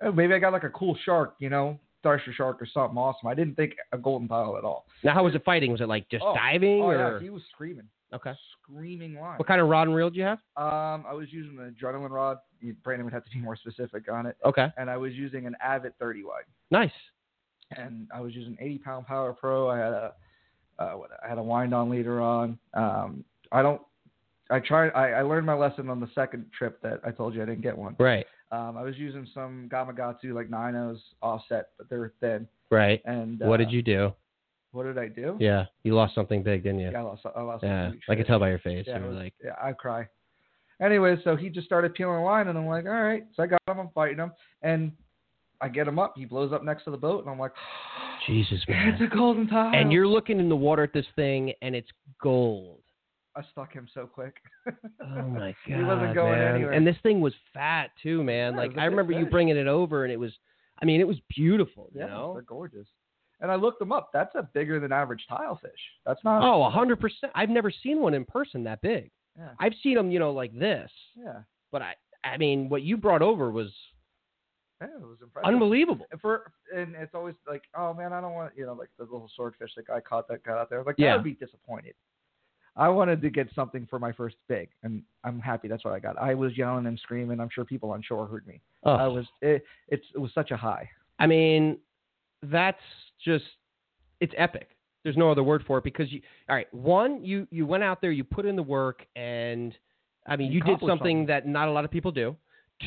Speaker 6: oh, maybe I got like a cool shark, you know, thresher shark or something awesome. I didn't think a golden pile at all.
Speaker 4: Now how was it fighting? Was it like just
Speaker 6: Oh,
Speaker 4: diving
Speaker 6: oh
Speaker 4: or
Speaker 6: yeah, he was screaming,
Speaker 4: okay?
Speaker 6: screaming line.
Speaker 4: What kind of rod and reel did you have?
Speaker 6: Um, I was using an adrenaline rod. You- Brandon would have to be more specific on it.
Speaker 4: Okay,
Speaker 6: And I was using an Avid 30 wide.
Speaker 4: nice.
Speaker 6: and I was using 80 pound Power Pro. I had a uh, what- I had a wind on leader on. Um, I don't. I tried. I, I learned my lesson on the second trip that I told you I didn't get one.
Speaker 4: Right,
Speaker 6: Um, I was using some Gamagatsu like Ninos offset, but they're thin.
Speaker 4: right.
Speaker 6: And
Speaker 4: what
Speaker 6: uh,
Speaker 4: did you do?
Speaker 6: What did I do?
Speaker 4: Yeah, you lost something big, didn't you?
Speaker 6: Yeah, I lost. I lost.
Speaker 4: Yeah,
Speaker 6: some huge
Speaker 4: I can
Speaker 6: fish.
Speaker 4: tell by your face.
Speaker 6: Yeah,
Speaker 4: you
Speaker 6: it
Speaker 4: were
Speaker 6: was-
Speaker 4: like,
Speaker 6: yeah, I cry. Anyway, so he just started peeling the line, and I'm like, all right. So I got him. I'm fighting him, and I get him up. He blows up next to the boat, and I'm like,
Speaker 4: Jesus, man.
Speaker 6: it's a golden tile.
Speaker 4: and you're looking in the water at this thing, and it's gold.
Speaker 6: I stuck him so quick.
Speaker 4: Oh my god,
Speaker 6: He wasn't going
Speaker 4: man.
Speaker 6: anywhere.
Speaker 4: And this thing was fat too, man.
Speaker 6: Yeah, it
Speaker 4: like
Speaker 6: was a
Speaker 4: I
Speaker 6: big
Speaker 4: remember you
Speaker 6: fish.
Speaker 4: bringing it over, and it was, I mean, it was beautiful. You
Speaker 6: yeah,
Speaker 4: know?
Speaker 6: they're gorgeous. And I looked them up. That's a bigger than average tilefish. That's not.
Speaker 4: Oh, a hundred percent. I've never seen one in person that big.
Speaker 6: Yeah.
Speaker 4: I've seen them, you know, like this,
Speaker 6: Yeah,
Speaker 4: but I, I mean, what you brought over was
Speaker 6: yeah, it was impressive.
Speaker 4: unbelievable.
Speaker 6: And For and it's always like, oh man, I don't want you know like the little swordfish that guy caught that got out there. Like
Speaker 4: Yeah.
Speaker 6: I would be disappointed. I wanted to get something for my first big, and I'm happy that's what I got. I was yelling and screaming. I'm sure people on shore heard me.
Speaker 4: Oh.
Speaker 6: I was it, it's it was such a high.
Speaker 4: I mean, that's just it's epic. There's no other word for it because you all right, one, you you went out there, you put in the work and I mean,
Speaker 6: You
Speaker 4: you did
Speaker 6: accomplished
Speaker 4: something
Speaker 6: something.
Speaker 4: that not a lot of people do.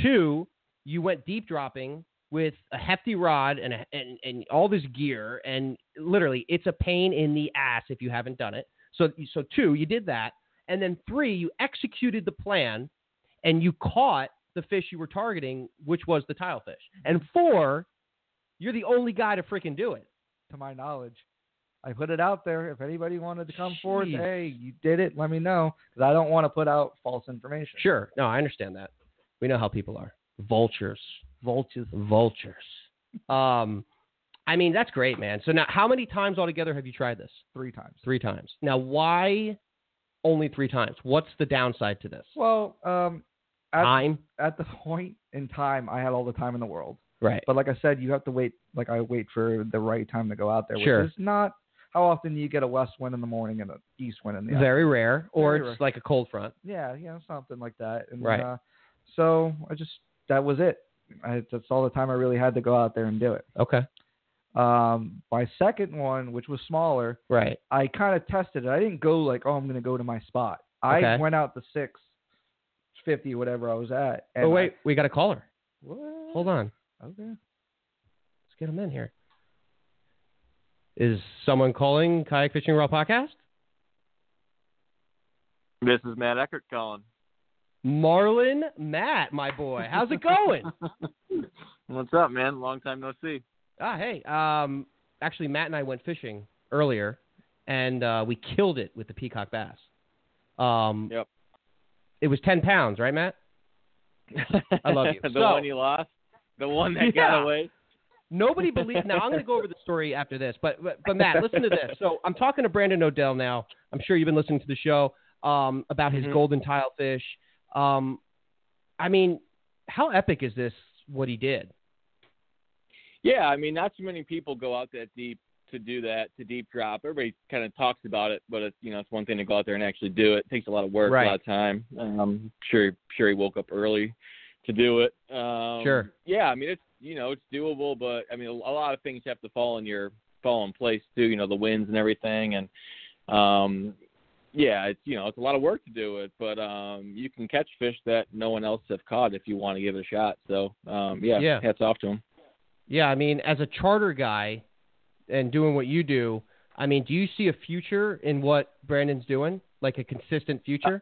Speaker 4: Two, you went deep dropping with a hefty rod and a, and and all this gear and literally it's a pain in the ass if you haven't done it. So so two, you did that. And then three, you executed the plan and you caught the fish you were targeting, which was the tilefish. And four, you're the only guy to freaking do it.
Speaker 6: to my knowledge. I put it out there. If anybody wanted to come forth,
Speaker 4: Jeez.
Speaker 6: hey, you did it. Let me know because I don't want to put out false information.
Speaker 4: Sure. No, I understand that. We know how people are. Vultures. Vultures. Vultures. Um, I mean, that's great, man. So now, how many times altogether have you tried this?
Speaker 6: Three times.
Speaker 4: Three times. Now, why only three times? What's the downside to this?
Speaker 6: Well, um, at,
Speaker 4: Time.
Speaker 6: at the point in time, I had all the time in the world.
Speaker 4: Right.
Speaker 6: But like I said, you have to wait. Like I wait for the right time to go out there,
Speaker 4: Sure.
Speaker 6: which is not how often you get a west wind in the morning and an east wind in the afternoon.
Speaker 4: Very rare, or
Speaker 6: Very
Speaker 4: it's
Speaker 6: rare.
Speaker 4: like a cold front.
Speaker 6: Yeah, you know, something like that. And,
Speaker 4: Right.
Speaker 6: Uh, so I just that was it. I, that's all the time I really had to go out there and do it.
Speaker 4: Okay.
Speaker 6: Um, my second one, which was smaller,
Speaker 4: Right.
Speaker 6: I kind of tested it. I didn't go like, oh, I'm going to go to my spot. I
Speaker 4: Okay.
Speaker 6: went out the six fifty, whatever I was at. And
Speaker 4: Oh wait, we got a caller.
Speaker 6: I, what?
Speaker 4: Hold on.
Speaker 6: Okay.
Speaker 4: Let's get him in here. Is someone calling Kayak Fishing Raw Podcast?
Speaker 7: This is Matt Eckert calling.
Speaker 4: Marlon Matt, my boy. How's it going?
Speaker 7: What's up, man? Long time no see.
Speaker 4: ah, hey. Um, actually, Matt and I went fishing earlier, and uh, we killed it with the peacock bass. Um,
Speaker 7: Yep.
Speaker 4: It was 10 pounds, right, Matt? I love you.
Speaker 7: the
Speaker 4: So-
Speaker 7: one you lost, the one that
Speaker 4: Yeah.
Speaker 7: got away.
Speaker 4: Nobody believes. Now I'm going to go over the story after this, but but, but Matt, listen to this. So I'm talking to Brandon Odell now. I'm sure you've been listening to the show um, about his
Speaker 7: Mhm.
Speaker 4: golden tilefish. Um, I mean, how epic is this? What he did?
Speaker 7: Yeah, I mean, not too many people go out that deep to do that to deep drop. Everybody kind of talks about it, but it's you know it's one thing to go out there and actually do it. It takes a lot of work,
Speaker 4: Right.
Speaker 7: a lot of time. Um, sure, sure he woke up early to do it. Um,
Speaker 4: Sure.
Speaker 7: Yeah, I mean it's you know it's doable, but I mean a, a lot of things have to fall in your fall in place too. You know the winds and everything, and um, yeah, it's you know it's a lot of work to do it, but um, you can catch fish that no one else have caught if you want to give it a shot. So um, yeah,
Speaker 4: Yeah.
Speaker 7: hats off to him.
Speaker 4: Yeah, I mean, as a charter guy and doing what you do, I mean, do you see a future in what Brandon's doing? Like a consistent future?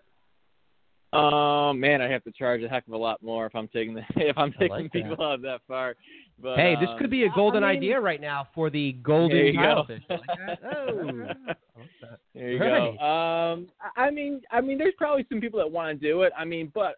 Speaker 7: Um, man, I have to charge a heck of a lot more if I'm taking the, if I'm taking
Speaker 4: like that.
Speaker 7: people out that far. But
Speaker 4: hey, this could be a golden
Speaker 1: mean-
Speaker 4: idea right now for the
Speaker 7: um, Uh, there
Speaker 4: golden
Speaker 7: you go.
Speaker 4: tilefish. Like that. Oh.
Speaker 7: There you
Speaker 4: Right.
Speaker 7: go. Um, I- I mean, I mean, there's probably some people that want to do it. I mean, but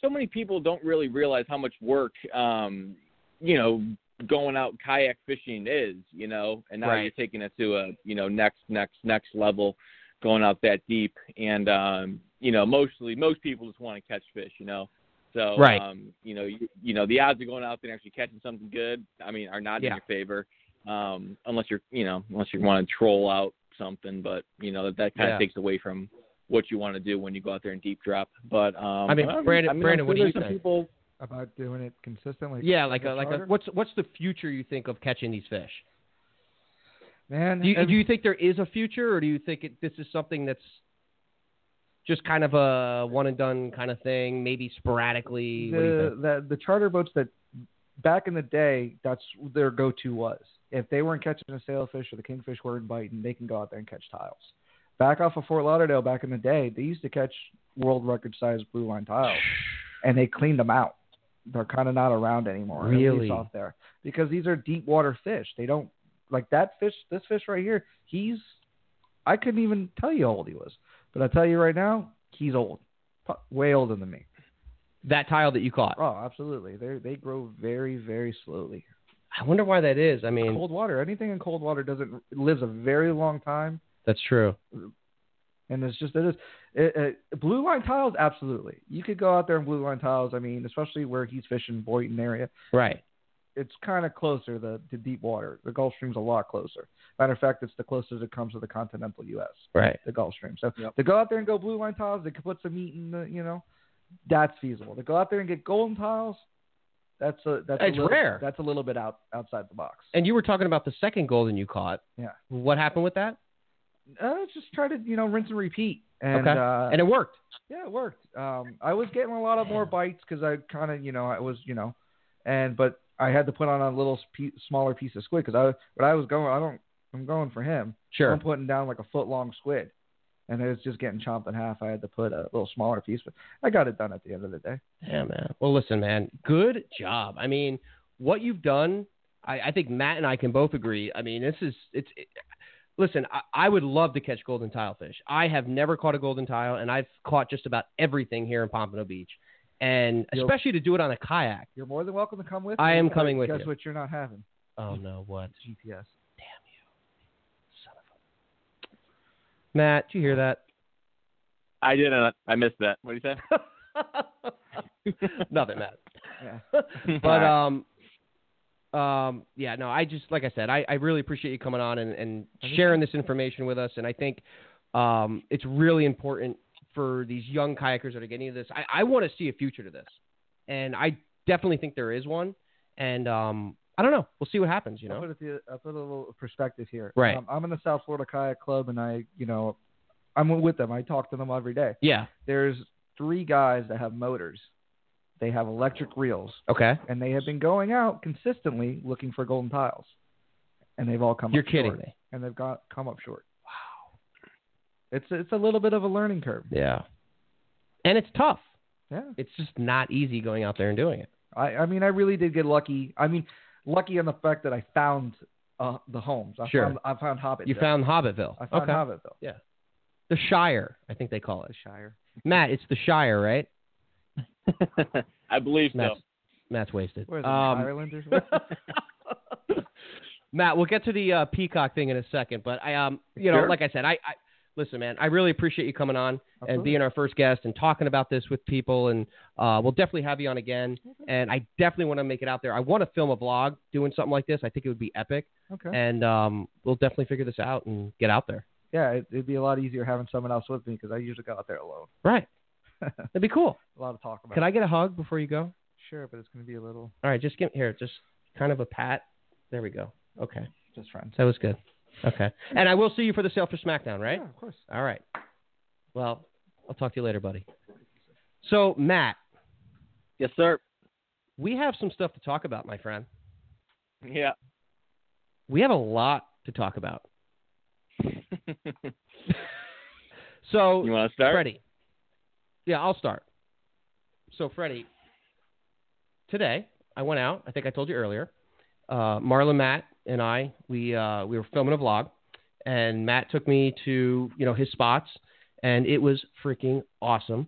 Speaker 7: so many people don't really realize how much work, um, you know, going out kayak fishing is. You know, and now
Speaker 4: Right.
Speaker 7: you're taking it to a you know next, next, next level, going out that deep. And um, you know, mostly most people just want to catch fish. You know. So,
Speaker 4: Right.
Speaker 7: um, you know, you, you know, the odds of going out there and actually catching something good, I mean, are not
Speaker 4: Yeah.
Speaker 7: in your favor um, unless you're you know unless you want to troll out something, but you know that that kind
Speaker 4: Yeah.
Speaker 7: of takes away from what you want to do when you go out there and deep drop. But um,
Speaker 4: I mean, Brandon-
Speaker 7: I'm
Speaker 4: Brandon, what do
Speaker 7: sure
Speaker 4: you
Speaker 7: there's some
Speaker 4: think?
Speaker 7: People,
Speaker 6: about doing it consistently.
Speaker 4: Yeah, like a, like a,
Speaker 6: Charter?
Speaker 4: what's what's the future you think of catching these fish?
Speaker 6: man.
Speaker 4: Do you,
Speaker 6: and-
Speaker 4: do you think there is a future, or do you think it, this is something that's just kind of a one and done kind of thing, maybe sporadically? What do you
Speaker 6: the,
Speaker 4: think?
Speaker 6: the the charter boats that back in the day that's their go to was if they weren't catching a sailfish or the kingfish weren't biting they can go out there and catch tiles back off of fort lauderdale back in the day they used to catch world record sized blue line tiles and they cleaned them out they're kind of not around anymore at least
Speaker 4: Really?
Speaker 6: off there because these are deep water fish they don't like that fish this fish right here he's i couldn't even tell you how old he was but i tell you right now he's old Pu- way older than me
Speaker 4: That tile that you caught.
Speaker 6: Oh, absolutely. They they grow very very slowly.
Speaker 4: I wonder why that is. I mean,
Speaker 6: Cold water. Anything in cold water doesn't it lives a very long time,
Speaker 4: that's true.
Speaker 6: and it's just it is. It, it, blue line tiles, absolutely. You could go out there and blue line tiles. I mean, especially where he's fishing Boyton area.
Speaker 4: Right.
Speaker 6: It's kind of closer the to deep water. The Gulf Stream's a lot closer. Matter of fact, it's the closest it comes to the continental U.S.
Speaker 4: Right.
Speaker 6: The Gulf Stream. So
Speaker 7: Yep.
Speaker 6: to go out there and go blue line tiles, they could put some meat in the you know, that's feasible. To go out there and get golden tiles, that's a that's a
Speaker 4: It's
Speaker 6: little-
Speaker 4: rare.
Speaker 6: That's a little bit out outside the box.
Speaker 4: And you were talking about the second golden you caught.
Speaker 6: Yeah.
Speaker 4: What happened with that?
Speaker 6: uh, just try to you know rinse and repeat. And,
Speaker 4: Okay.
Speaker 6: uh,
Speaker 4: and it worked.
Speaker 6: yeah, it worked. Um, I was getting a lot of more bites because I kind of you know I was you know, and but I had to put on a little sp- smaller piece of squid because I but I was going I don't I'm going for him.
Speaker 4: Sure.
Speaker 6: I'm putting down like a foot long squid, and it was just getting chomped in half. I had to put a little smaller piece, but I got it done at the end of the day.
Speaker 4: Yeah, man. Well, listen, man. Good job. I mean, what you've done, I, I think Matt and I can both agree. I mean, this is it's. It, listen, I, I would love to catch golden tile fish. I have never caught a golden tile, and I've caught just about everything here in Pompano Beach, and
Speaker 6: Yo.
Speaker 4: especially to do it on a kayak.
Speaker 6: You're more than welcome to come with.
Speaker 4: I
Speaker 6: me,
Speaker 4: am
Speaker 6: but
Speaker 4: coming with
Speaker 6: guess
Speaker 4: you.
Speaker 6: Guess what? You're not having
Speaker 4: Oh no, what?
Speaker 6: GPS.
Speaker 4: Matt, did you hear that?
Speaker 7: I didn't. I missed that. What do you say?
Speaker 4: Nothing, Matt.
Speaker 6: Yeah.
Speaker 4: But um, um, yeah, no, I just like I said, I, I really appreciate you coming on and, and sharing this information with us, and I think um, it's really important for these young kayakers that are getting into this. I, I want to see a future to this, and I definitely think there is one. And um, I don't know, we'll see what happens. You
Speaker 6: I'll
Speaker 4: know,
Speaker 6: put, it the, I'll put a little perspective here.
Speaker 4: Right.
Speaker 6: Um, I'm in the South Florida Kayak Club, and I, you know, I'm with them. I talk to them every day.
Speaker 4: yeah,
Speaker 6: There's three guys that have motors. They have electric reels,
Speaker 4: okay,
Speaker 6: and they have been going out consistently looking for golden tiles, and they've all come.
Speaker 4: you're
Speaker 6: up
Speaker 4: kidding
Speaker 6: short,
Speaker 4: me.
Speaker 6: And they've got come up short. Wow. It's it's a little bit of a learning curve.
Speaker 4: Yeah, and it's tough.
Speaker 6: Yeah.
Speaker 4: It's just not easy going out there and doing it.
Speaker 6: I, I mean, I really did get lucky. I mean, lucky on the fact that I found uh, the homes. I
Speaker 4: Sure.
Speaker 6: Found, I found Hobbit.
Speaker 4: You found Hobbitville.
Speaker 6: I found
Speaker 4: okay.
Speaker 6: Hobbit though.
Speaker 4: the Shire, I think they call it.
Speaker 6: Shire.
Speaker 4: Matt, it's the Shire, right?
Speaker 7: I believe
Speaker 4: Matt's,
Speaker 7: so.
Speaker 4: Matt's wasted.
Speaker 6: Where is it?
Speaker 4: Um,
Speaker 6: Ireland or something?
Speaker 4: Matt, we'll get to the uh, peacock thing in a second, but I, um, you know,
Speaker 6: Sure.
Speaker 4: like I said, I, I listen, man, I really appreciate you coming on and
Speaker 6: Absolutely.
Speaker 4: being our first guest and talking about this with people, and uh, we'll definitely have you on again. And I definitely want to make it out there. I want to film a vlog doing something like this. I think it would be epic,
Speaker 6: Okay.
Speaker 4: and um, we'll definitely figure this out and get out there.
Speaker 6: yeah, it, it'd be a lot easier having someone else with me because I usually go out there alone.
Speaker 4: Right, that'd be cool.
Speaker 6: A lot of talk about.
Speaker 4: Can I get a hug before you go?
Speaker 6: Sure, but it's going to be a little
Speaker 4: All right, just give here, just kind of a pat. There we go. Okay,
Speaker 6: just friends.
Speaker 4: that was good. Okay, and I will see you for the Selfish SmackDown, right?
Speaker 6: Yeah, of course.
Speaker 4: All right. Well, I'll talk to you later, buddy. So, Matt,
Speaker 7: Yes, sir.
Speaker 4: we have some stuff to talk about, my friend.
Speaker 7: Yeah.
Speaker 4: We have a lot to talk about. So
Speaker 7: you want to start?
Speaker 4: Freddie. Yeah, I'll start. So, Freddie, today I went out. I think I told you earlier. Uh, Marlon, Matt, and I we uh, we were filming a vlog, and Matt took me to you know his spots, and it was freaking awesome.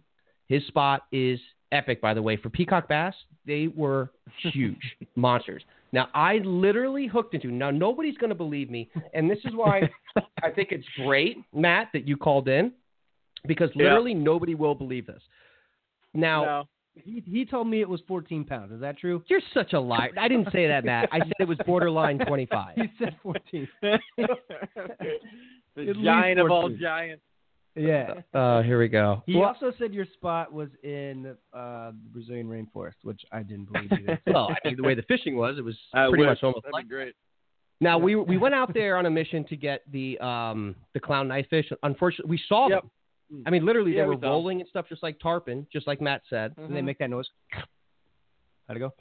Speaker 4: His spot is epic, by the way, for peacock bass. They were huge monsters. Now I literally hooked into. Now nobody's going to believe me, and this is why I think it's great, Matt, that you called in because
Speaker 7: Yeah.
Speaker 4: literally nobody will believe this. Now,
Speaker 7: No.
Speaker 5: He, he told me it was 14 pounds. Is that true?
Speaker 4: you're such a liar. I didn't say that, Matt. I said it was borderline 25.
Speaker 5: He said 14.
Speaker 7: the
Speaker 5: least
Speaker 7: giant of all
Speaker 5: 14.
Speaker 7: giants.
Speaker 5: Yeah.
Speaker 4: Uh, here we go.
Speaker 5: He
Speaker 4: well,
Speaker 5: also said your spot was in uh, the Brazilian rainforest, which I didn't believe either.
Speaker 4: well, I mean, the way the fishing was, it was
Speaker 7: I
Speaker 4: pretty
Speaker 7: wish.
Speaker 4: much almost
Speaker 7: That'd
Speaker 4: like
Speaker 7: be great.
Speaker 4: Now we we went out there on a mission to get the um the clown knife fish. Unfortunately, we saw
Speaker 7: Yep.
Speaker 4: them. I mean, literally,
Speaker 7: Yeah,
Speaker 4: they were
Speaker 7: we saw 'em. Mm-hmm.
Speaker 4: rolling and stuff, just like tarpon, just like Matt said.
Speaker 5: Did they make that noise? How'd it go?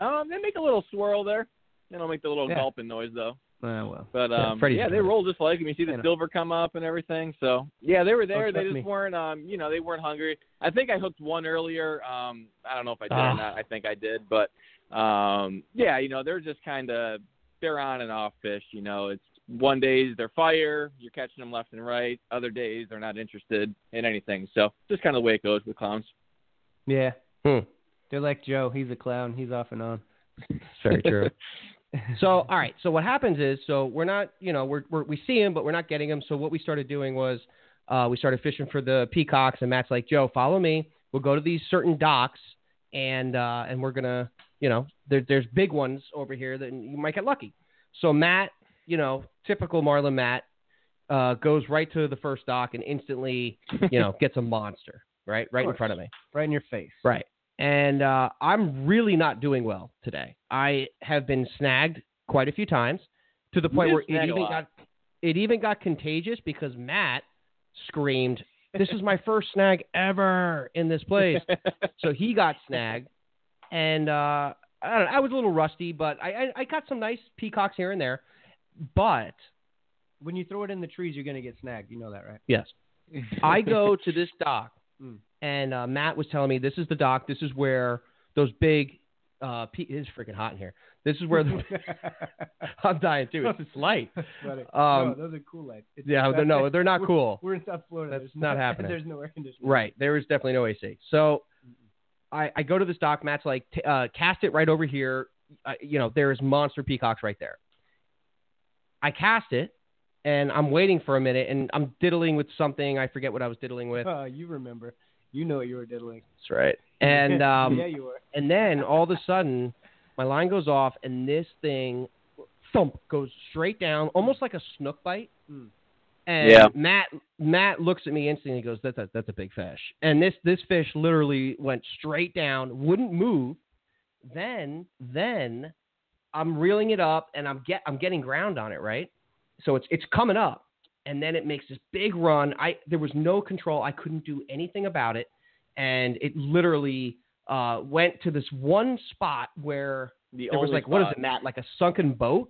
Speaker 7: Um, they make a little swirl there. They don't make the little
Speaker 5: Yeah.
Speaker 7: gulping noise though.
Speaker 5: Oh, well.
Speaker 7: But
Speaker 4: Yeah,
Speaker 7: um, yeah,
Speaker 4: Freddy's
Speaker 7: they
Speaker 4: better.
Speaker 7: roll just like him. You see the
Speaker 5: Yeah.
Speaker 7: silver come up and everything. So yeah, they were there. they
Speaker 5: trust
Speaker 7: just
Speaker 5: me.
Speaker 7: weren't, um, you know, they weren't hungry. I think I hooked one earlier. Um, I don't know if I did
Speaker 4: Ah.
Speaker 7: or not. I think I did, but um, yeah, you know, they're just kind of they're on and off fish. You know, it's one days they're fire, you're catching them left and right. Other days they're not interested in anything. So just kind of the way it goes with clowns.
Speaker 5: Yeah.
Speaker 4: Hmm.
Speaker 5: They're like Joe. He's a clown. He's off and on.
Speaker 4: It's very true. so all right, so what happens is, so we're not, you know, we're, we're we see him, but we're not getting him. So what we started doing was, uh, we started fishing for the peacocks, and Matt's like, Joe, follow me. We'll go to these certain docks, and uh, and we're gonna, you know, there, there's big ones over here that you might get lucky. So Matt, you know, typical Marlin Matt, uh, goes right to the first dock and instantly, you know, gets a monster right right in
Speaker 5: course.
Speaker 4: front of me.
Speaker 5: Right in your face.
Speaker 4: Right. And uh, I'm really not doing well today. I have been snagged quite a few times to the point
Speaker 7: did
Speaker 4: where it
Speaker 7: snag a
Speaker 4: even
Speaker 7: lot.
Speaker 4: got it even got contagious because Matt screamed, "This is my first snag ever in this place." so he got snagged, and uh, I don't know. I was a little rusty, but I, I I got some nice peacocks here and there. But
Speaker 5: When you throw it in the trees, you're going to get snagged. You know that, right?
Speaker 4: yes, I go to this dock,
Speaker 5: Mm.
Speaker 4: and uh, Matt was telling me this is the dock. This is where those big. Uh, pe- it is freaking hot in here. This is where the, I'm dying too. It's just light.
Speaker 5: Buddy.
Speaker 4: Um,
Speaker 5: no, those are cool lights. It's-
Speaker 4: Yeah, they're- no, they're not
Speaker 5: we're-
Speaker 4: cool.
Speaker 5: We're in South Florida.
Speaker 4: That's
Speaker 5: There's
Speaker 4: not
Speaker 5: no,
Speaker 4: happening.
Speaker 5: There's no air conditioning.
Speaker 4: Right. There is definitely no AC. So I, I go to this dock. Matt's like, "T- uh, cast it right over here. Uh, you know, there is monster peacocks right there. I cast it, and I'm waiting for a minute, and I'm diddling with something. I forget what I was diddling with.
Speaker 5: Uh, you remember. You know what you were diddling.
Speaker 4: That's right. And um,
Speaker 5: yeah, you were.
Speaker 4: And then all of a sudden, my line goes off, and this thing thump goes straight down, almost like a snook bite.
Speaker 5: Mm.
Speaker 4: And
Speaker 7: Yeah.
Speaker 4: Matt Matt looks at me instantly and goes, "That's a that's a big fish." And this this fish literally went straight down, wouldn't move. Then then I'm reeling it up, and I'm get I'm getting ground on it, right? So it's it's coming up, and then it makes this big run. I there was no control. I couldn't do anything about it, and it literally uh, went to this one spot where
Speaker 7: The
Speaker 4: there was
Speaker 7: only
Speaker 4: like what is
Speaker 7: spot.
Speaker 4: it, Matt? Like a sunken boat.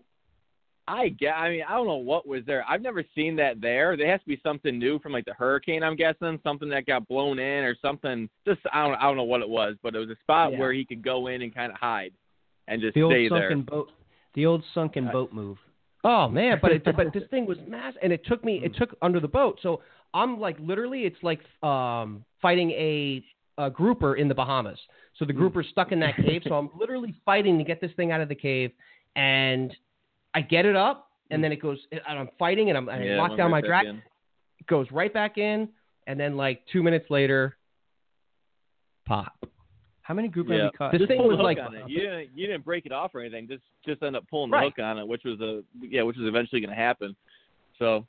Speaker 7: I get. I mean, I don't know what was there. I've never seen that there. There has to be something new from like the hurricane. I'm guessing something that got blown in or something. Just I don't. I don't know what it was, but it was a spot
Speaker 4: Yeah.
Speaker 7: where he could go in and kind of hide and just
Speaker 5: The old
Speaker 7: stay there.
Speaker 5: sunken boat. The old sunken boat move.
Speaker 4: Oh man, but it, but this thing was massive, and it took me
Speaker 7: Hmm.
Speaker 4: it took under the boat. So I'm like literally, it's like um, fighting a, a grouper in the Bahamas. So
Speaker 7: Hmm.
Speaker 4: the grouper's stuck in that cave. So I'm literally fighting to get this thing out of the cave, and I get it up, and then it goes, and I'm fighting, and I'm I
Speaker 7: Yeah,
Speaker 4: lock
Speaker 7: went
Speaker 4: down my
Speaker 7: right back
Speaker 4: drag.
Speaker 7: in.
Speaker 4: It goes right back in, and then like two minutes later, pop.
Speaker 5: How many group
Speaker 7: Yeah.
Speaker 5: have you caught?
Speaker 4: This
Speaker 7: Just
Speaker 4: thing
Speaker 7: pull
Speaker 4: was
Speaker 7: the hook
Speaker 4: like-
Speaker 7: on it. you didn't, you didn't break it off or anything. Just just end up pulling the
Speaker 4: Right.
Speaker 7: hook on it, which was a yeah, which was eventually going to happen. So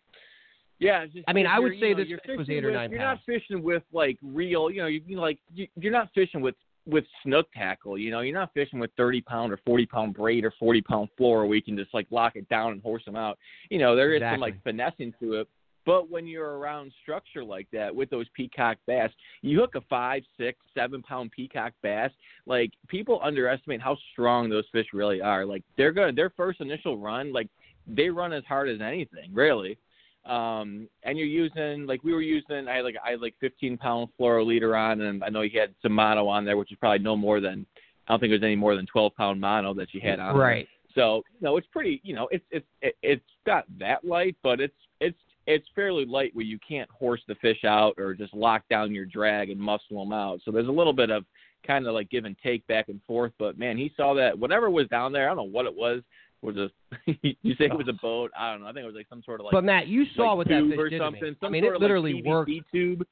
Speaker 7: yeah, it's just,
Speaker 4: I mean,
Speaker 7: if
Speaker 4: I
Speaker 7: you're-
Speaker 4: would
Speaker 7: you
Speaker 4: say
Speaker 7: know,
Speaker 4: this
Speaker 7: you're
Speaker 4: fish was
Speaker 7: fishing
Speaker 4: eight or
Speaker 7: with-
Speaker 4: nine
Speaker 7: You're
Speaker 4: pounds.
Speaker 7: not fishing with like real, you know, you, you like you, you're not fishing with with snook tackle. You know, you're not fishing with thirty pound or forty pound braid or forty pound floor where you can just like lock it down and horse them out. You know, there is
Speaker 4: Exactly.
Speaker 7: some like finessing to it. But when you're around structure like that with those peacock bass, you hook a five, six, seven pound peacock bass. Like people underestimate how strong those fish really are. Like they're gonna their first initial run, like they run as hard as anything, really. um, and you're using like we were using. I had like I had like 15 pound fluoro leader on, and I know he had some mono on there, which is probably no more than I don't think it was any more than 12 pound mono that she had on. there.
Speaker 4: Right.
Speaker 7: So you know, it's pretty. You know, it's it's it- it's not that light, but it's it's it's fairly light where you can't horse the fish out or just lock down your drag and muscle them out. So there's a little bit of kind of like give and take back and forth. But man, he saw that whatever was down there. I don't know what it was. Was a you say it was a boat? I don't know. I think it was like some sort of like
Speaker 4: but Matt, you saw
Speaker 7: like
Speaker 4: what that
Speaker 7: tube
Speaker 4: fish
Speaker 7: or
Speaker 4: did to me.
Speaker 7: something. Some
Speaker 4: I mean, it
Speaker 7: sort of, like,
Speaker 4: literally
Speaker 7: PVC
Speaker 4: worked.
Speaker 7: tube.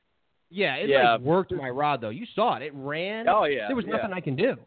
Speaker 4: Yeah, it
Speaker 7: Yeah.
Speaker 4: like worked my rod though. You saw it. It ran.
Speaker 7: Oh yeah.
Speaker 4: there was
Speaker 7: yeah.
Speaker 4: nothing I can do,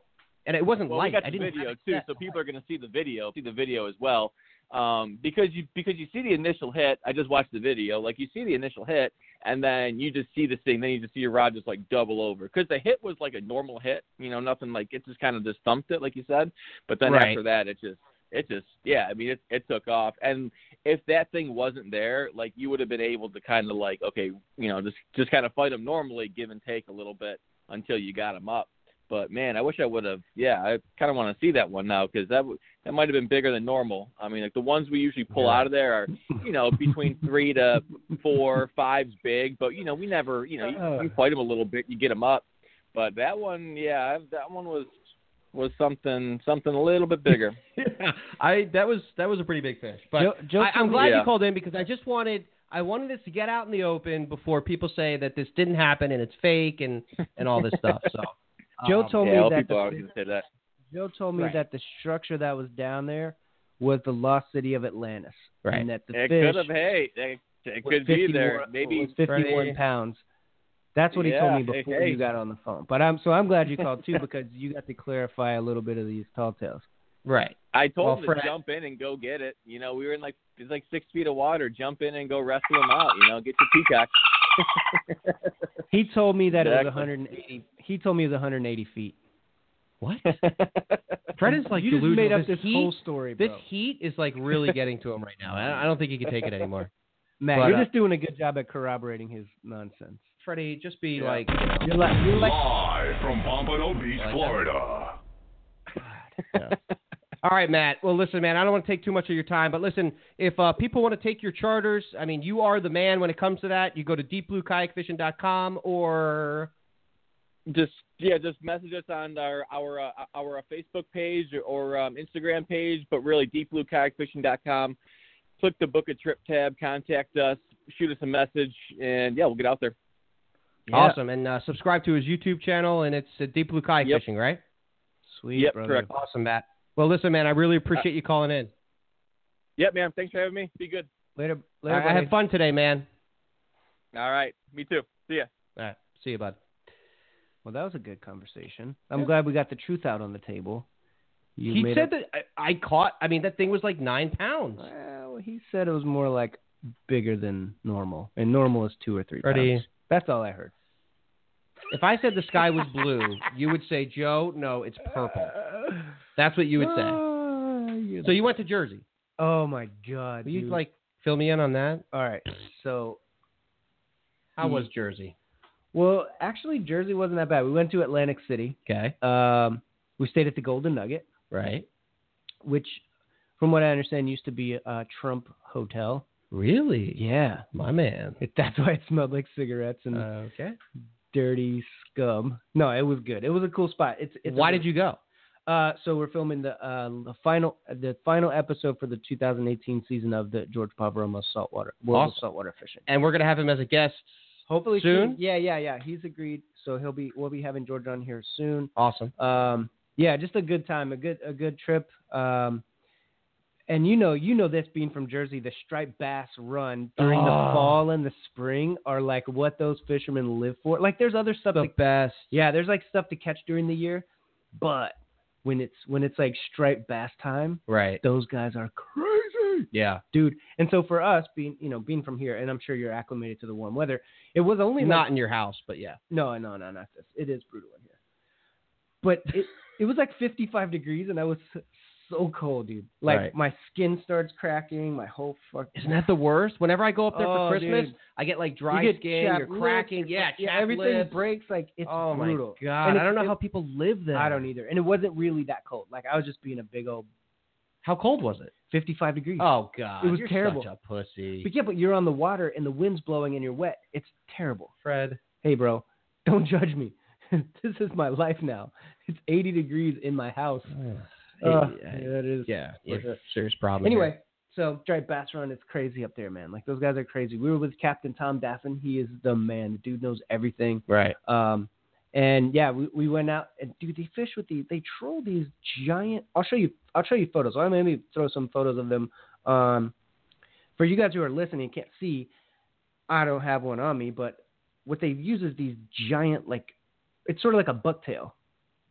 Speaker 4: and it wasn't
Speaker 7: Well,
Speaker 4: light.
Speaker 7: we got
Speaker 4: I
Speaker 7: the
Speaker 4: didn't
Speaker 7: video
Speaker 4: have it
Speaker 7: too,
Speaker 4: set.
Speaker 7: so people are going to see the video, see the video as well, um, because you because you see the initial hit. I just watched the video. Like you see the initial hit, and then you just see this thing. Then you just see your rod just like double over because the hit was like a normal hit. You know, nothing like it just kind of just thumped it, like you said. But then
Speaker 4: Right.
Speaker 7: after that, it just it just yeah. I mean, it it took off. And if that thing wasn't there, like you would have been able to kind of like okay, you know, just just kind of fight them normally, give and take a little bit until you got them up. But man, I wish I would have. Yeah, I kind of want to see that one now because that w- that might have been bigger than normal. I mean, like the ones we usually pull out of there are, you know, between three to four, five's big. But you know, we never, you know,
Speaker 5: Uh.
Speaker 7: you, you fight them a little bit, you get them up. But that one, yeah, that one was was something something a little bit bigger.
Speaker 4: yeah, I that was that was a pretty big fish. But
Speaker 5: Jo- Joe
Speaker 4: I, I'm glad you
Speaker 7: Yeah.
Speaker 4: called in because I just wanted I wanted this to get out in the open before people say that this didn't happen and it's fake and and all this stuff. So
Speaker 5: Joe
Speaker 4: um,
Speaker 5: told
Speaker 7: yeah, all
Speaker 5: me that
Speaker 7: people are
Speaker 5: the,
Speaker 7: going to say that.
Speaker 5: Joe told me
Speaker 4: Right.
Speaker 5: that the structure that was down there was the lost city of Atlantis,
Speaker 4: Right.
Speaker 5: and that the
Speaker 7: It
Speaker 5: fish
Speaker 7: could have. Hey, it, it
Speaker 5: was
Speaker 7: could be
Speaker 5: 50
Speaker 7: there.
Speaker 5: more- was
Speaker 7: Maybe
Speaker 5: 51
Speaker 4: Freddie-
Speaker 5: pounds. That's what he told
Speaker 7: Yeah,
Speaker 5: me before
Speaker 7: hey, hey.
Speaker 5: you got on the phone. But I'm so I'm glad you called too because you got to clarify a little bit of these tall tales.
Speaker 4: right.
Speaker 7: I told
Speaker 4: Well,
Speaker 7: him
Speaker 4: Fred-
Speaker 7: to jump in and go get it. You know, we were in like it's like six feet of water. Jump in and go wrestle him out. You know, get your peacock.
Speaker 5: He told me that it was
Speaker 7: Exactly.
Speaker 5: 180. He told me it was 180 feet.
Speaker 4: What? Fred is like
Speaker 5: you just
Speaker 4: delusional.
Speaker 5: made up this,
Speaker 4: heat,
Speaker 5: whole story, bro.
Speaker 4: This heat is like really getting to him right now. I, I don't think he can take it anymore.
Speaker 5: Matt,
Speaker 4: but,
Speaker 5: you're
Speaker 4: uh,
Speaker 5: just doing a good job at corroborating his nonsense.
Speaker 4: Freddie, just be
Speaker 7: Yeah.
Speaker 4: like, you know,
Speaker 5: You're like, you're like
Speaker 3: Live from Pompano Beach,
Speaker 4: Like that?
Speaker 3: Florida.
Speaker 4: All right, Matt. Well, listen, man, I don't want to take too much of your time, but listen, if uh, people want to take your charters, I mean, you are the man when it comes to that. You go to deepbluekayakfishing.com or
Speaker 7: just yeah, just message us on our our uh, our uh, Facebook page or, or um, Instagram page, but really deepbluekayakfishing.com. Click the book a trip tab, contact us, shoot us a message, and yeah, we'll get out there.
Speaker 4: awesome and uh, subscribe to his YouTube channel, and it's uh, Deep Blue Kayak
Speaker 7: Yep.
Speaker 4: Fishing, right?
Speaker 5: sweet,
Speaker 7: yep,
Speaker 5: brother.
Speaker 7: correct.
Speaker 4: Awesome, Matt. Well, listen, man, I really appreciate you calling in.
Speaker 7: Yep, man. Thanks for having me. Be good.
Speaker 5: Later, later.
Speaker 4: I, I
Speaker 5: buddy.
Speaker 4: had fun today, man.
Speaker 7: All right. Me too. See ya.
Speaker 4: All right, see you, bud.
Speaker 5: Well, that was a good conversation. I'm glad we got the truth out on the table. You
Speaker 4: he
Speaker 5: made
Speaker 4: said that I, I caught. I mean, that thing was like nine pounds.
Speaker 5: Well, he said it was more like bigger than normal, and normal is two or three
Speaker 4: Freddie.
Speaker 5: pounds. That's all I heard.
Speaker 4: If I said the sky was blue, you would say, Joe, no, it's purple. That's what you would say.
Speaker 6: Ah,
Speaker 4: So you went to Jersey.
Speaker 5: oh my god,
Speaker 4: Will you
Speaker 5: dude.
Speaker 4: like fill me in on that?
Speaker 5: all right. So,
Speaker 4: How
Speaker 5: Mm.
Speaker 4: was Jersey?
Speaker 5: well, actually, Jersey wasn't that bad. We went to Atlantic City.
Speaker 4: Okay.
Speaker 5: Um, we stayed at the Golden Nugget,
Speaker 4: Right.
Speaker 5: which, from what I understand, used to be a Trump hotel.
Speaker 4: Really?
Speaker 5: Yeah,
Speaker 4: My man.
Speaker 5: it, that's why it smelled like cigarettes and
Speaker 4: okay.
Speaker 5: dirty scum. No, it was good. It was a cool spot. It's, it's a
Speaker 4: Why
Speaker 5: really-
Speaker 4: did you go?
Speaker 5: Uh, so we're filming the, uh, the final the final episode for the 2018 season of the George Pavaroma saltwater world
Speaker 4: Awesome.
Speaker 5: of saltwater fishing.
Speaker 4: And we're gonna have him as a guest.
Speaker 5: Hopefully
Speaker 4: Soon?
Speaker 5: Yeah, yeah, yeah. He's agreed, so he'll be we'll be having George on here soon.
Speaker 4: Awesome.
Speaker 5: Um, yeah, just a good time, a good a good trip. Um, and you know you know this being from Jersey, the striped bass run during the
Speaker 4: Oh.
Speaker 5: fall and the spring are like what those fishermen live for. Like there's other stuff
Speaker 4: The
Speaker 5: to
Speaker 4: best.
Speaker 5: yeah, there's like stuff to catch during the year, but when it's when it's like striped bass time,
Speaker 4: Right.
Speaker 5: those guys are crazy,
Speaker 4: Yeah.
Speaker 5: dude. And so for us being you know being from here, and I'm sure you're acclimated to the warm weather, it was only like-
Speaker 4: Not in your house, but yeah.
Speaker 5: no no no not this. It is brutal in here, but it it was like 55 degrees, and I was so cold, dude. Like
Speaker 4: Right.
Speaker 5: my skin starts cracking, my whole fuck.
Speaker 4: Isn't that the worst? Whenever I go up there
Speaker 5: Oh,
Speaker 4: for Christmas,
Speaker 5: dude.
Speaker 4: I get like dry
Speaker 5: you get
Speaker 4: skin,
Speaker 5: chapped
Speaker 4: you're
Speaker 5: lips,
Speaker 4: cracking, yeah, chapped
Speaker 5: everything
Speaker 4: lips.
Speaker 5: breaks. Like it's
Speaker 4: oh my
Speaker 5: brutal.
Speaker 4: god!
Speaker 5: And
Speaker 4: I
Speaker 5: it's-
Speaker 4: don't know
Speaker 5: it-
Speaker 4: how people live there.
Speaker 5: I don't either. And it wasn't really that cold. Like I was just being a big old
Speaker 4: How cold was it?
Speaker 5: 55 degrees.
Speaker 8: Oh God,
Speaker 5: It was
Speaker 8: you're
Speaker 5: terrible.
Speaker 8: Such a pussy.
Speaker 5: But yeah, but you're on the water and the wind's blowing and you're wet. It's terrible.
Speaker 4: Fred.
Speaker 5: Hey, bro, don't judge me. this is my life now. It's 80 degrees in my house. Uh,
Speaker 4: yeah,
Speaker 5: yeah, it is.
Speaker 4: Yeah,
Speaker 5: For sure.
Speaker 4: serious problem. here.
Speaker 5: Anyway, so drive bass around. It's crazy up there, man. Like those guys are crazy. We were with Captain Tom Daffin. He is the man. The dude knows everything.
Speaker 8: Right.
Speaker 5: Um, and yeah, we, we went out and dude, they fish with the they troll these giant. I'll show you. I'll show you photos. I'll maybe throw some photos of them. Um, for you guys who are listening and can't see, I don't have one on me, but what they use is these giant like, it's sort of like a bucktail,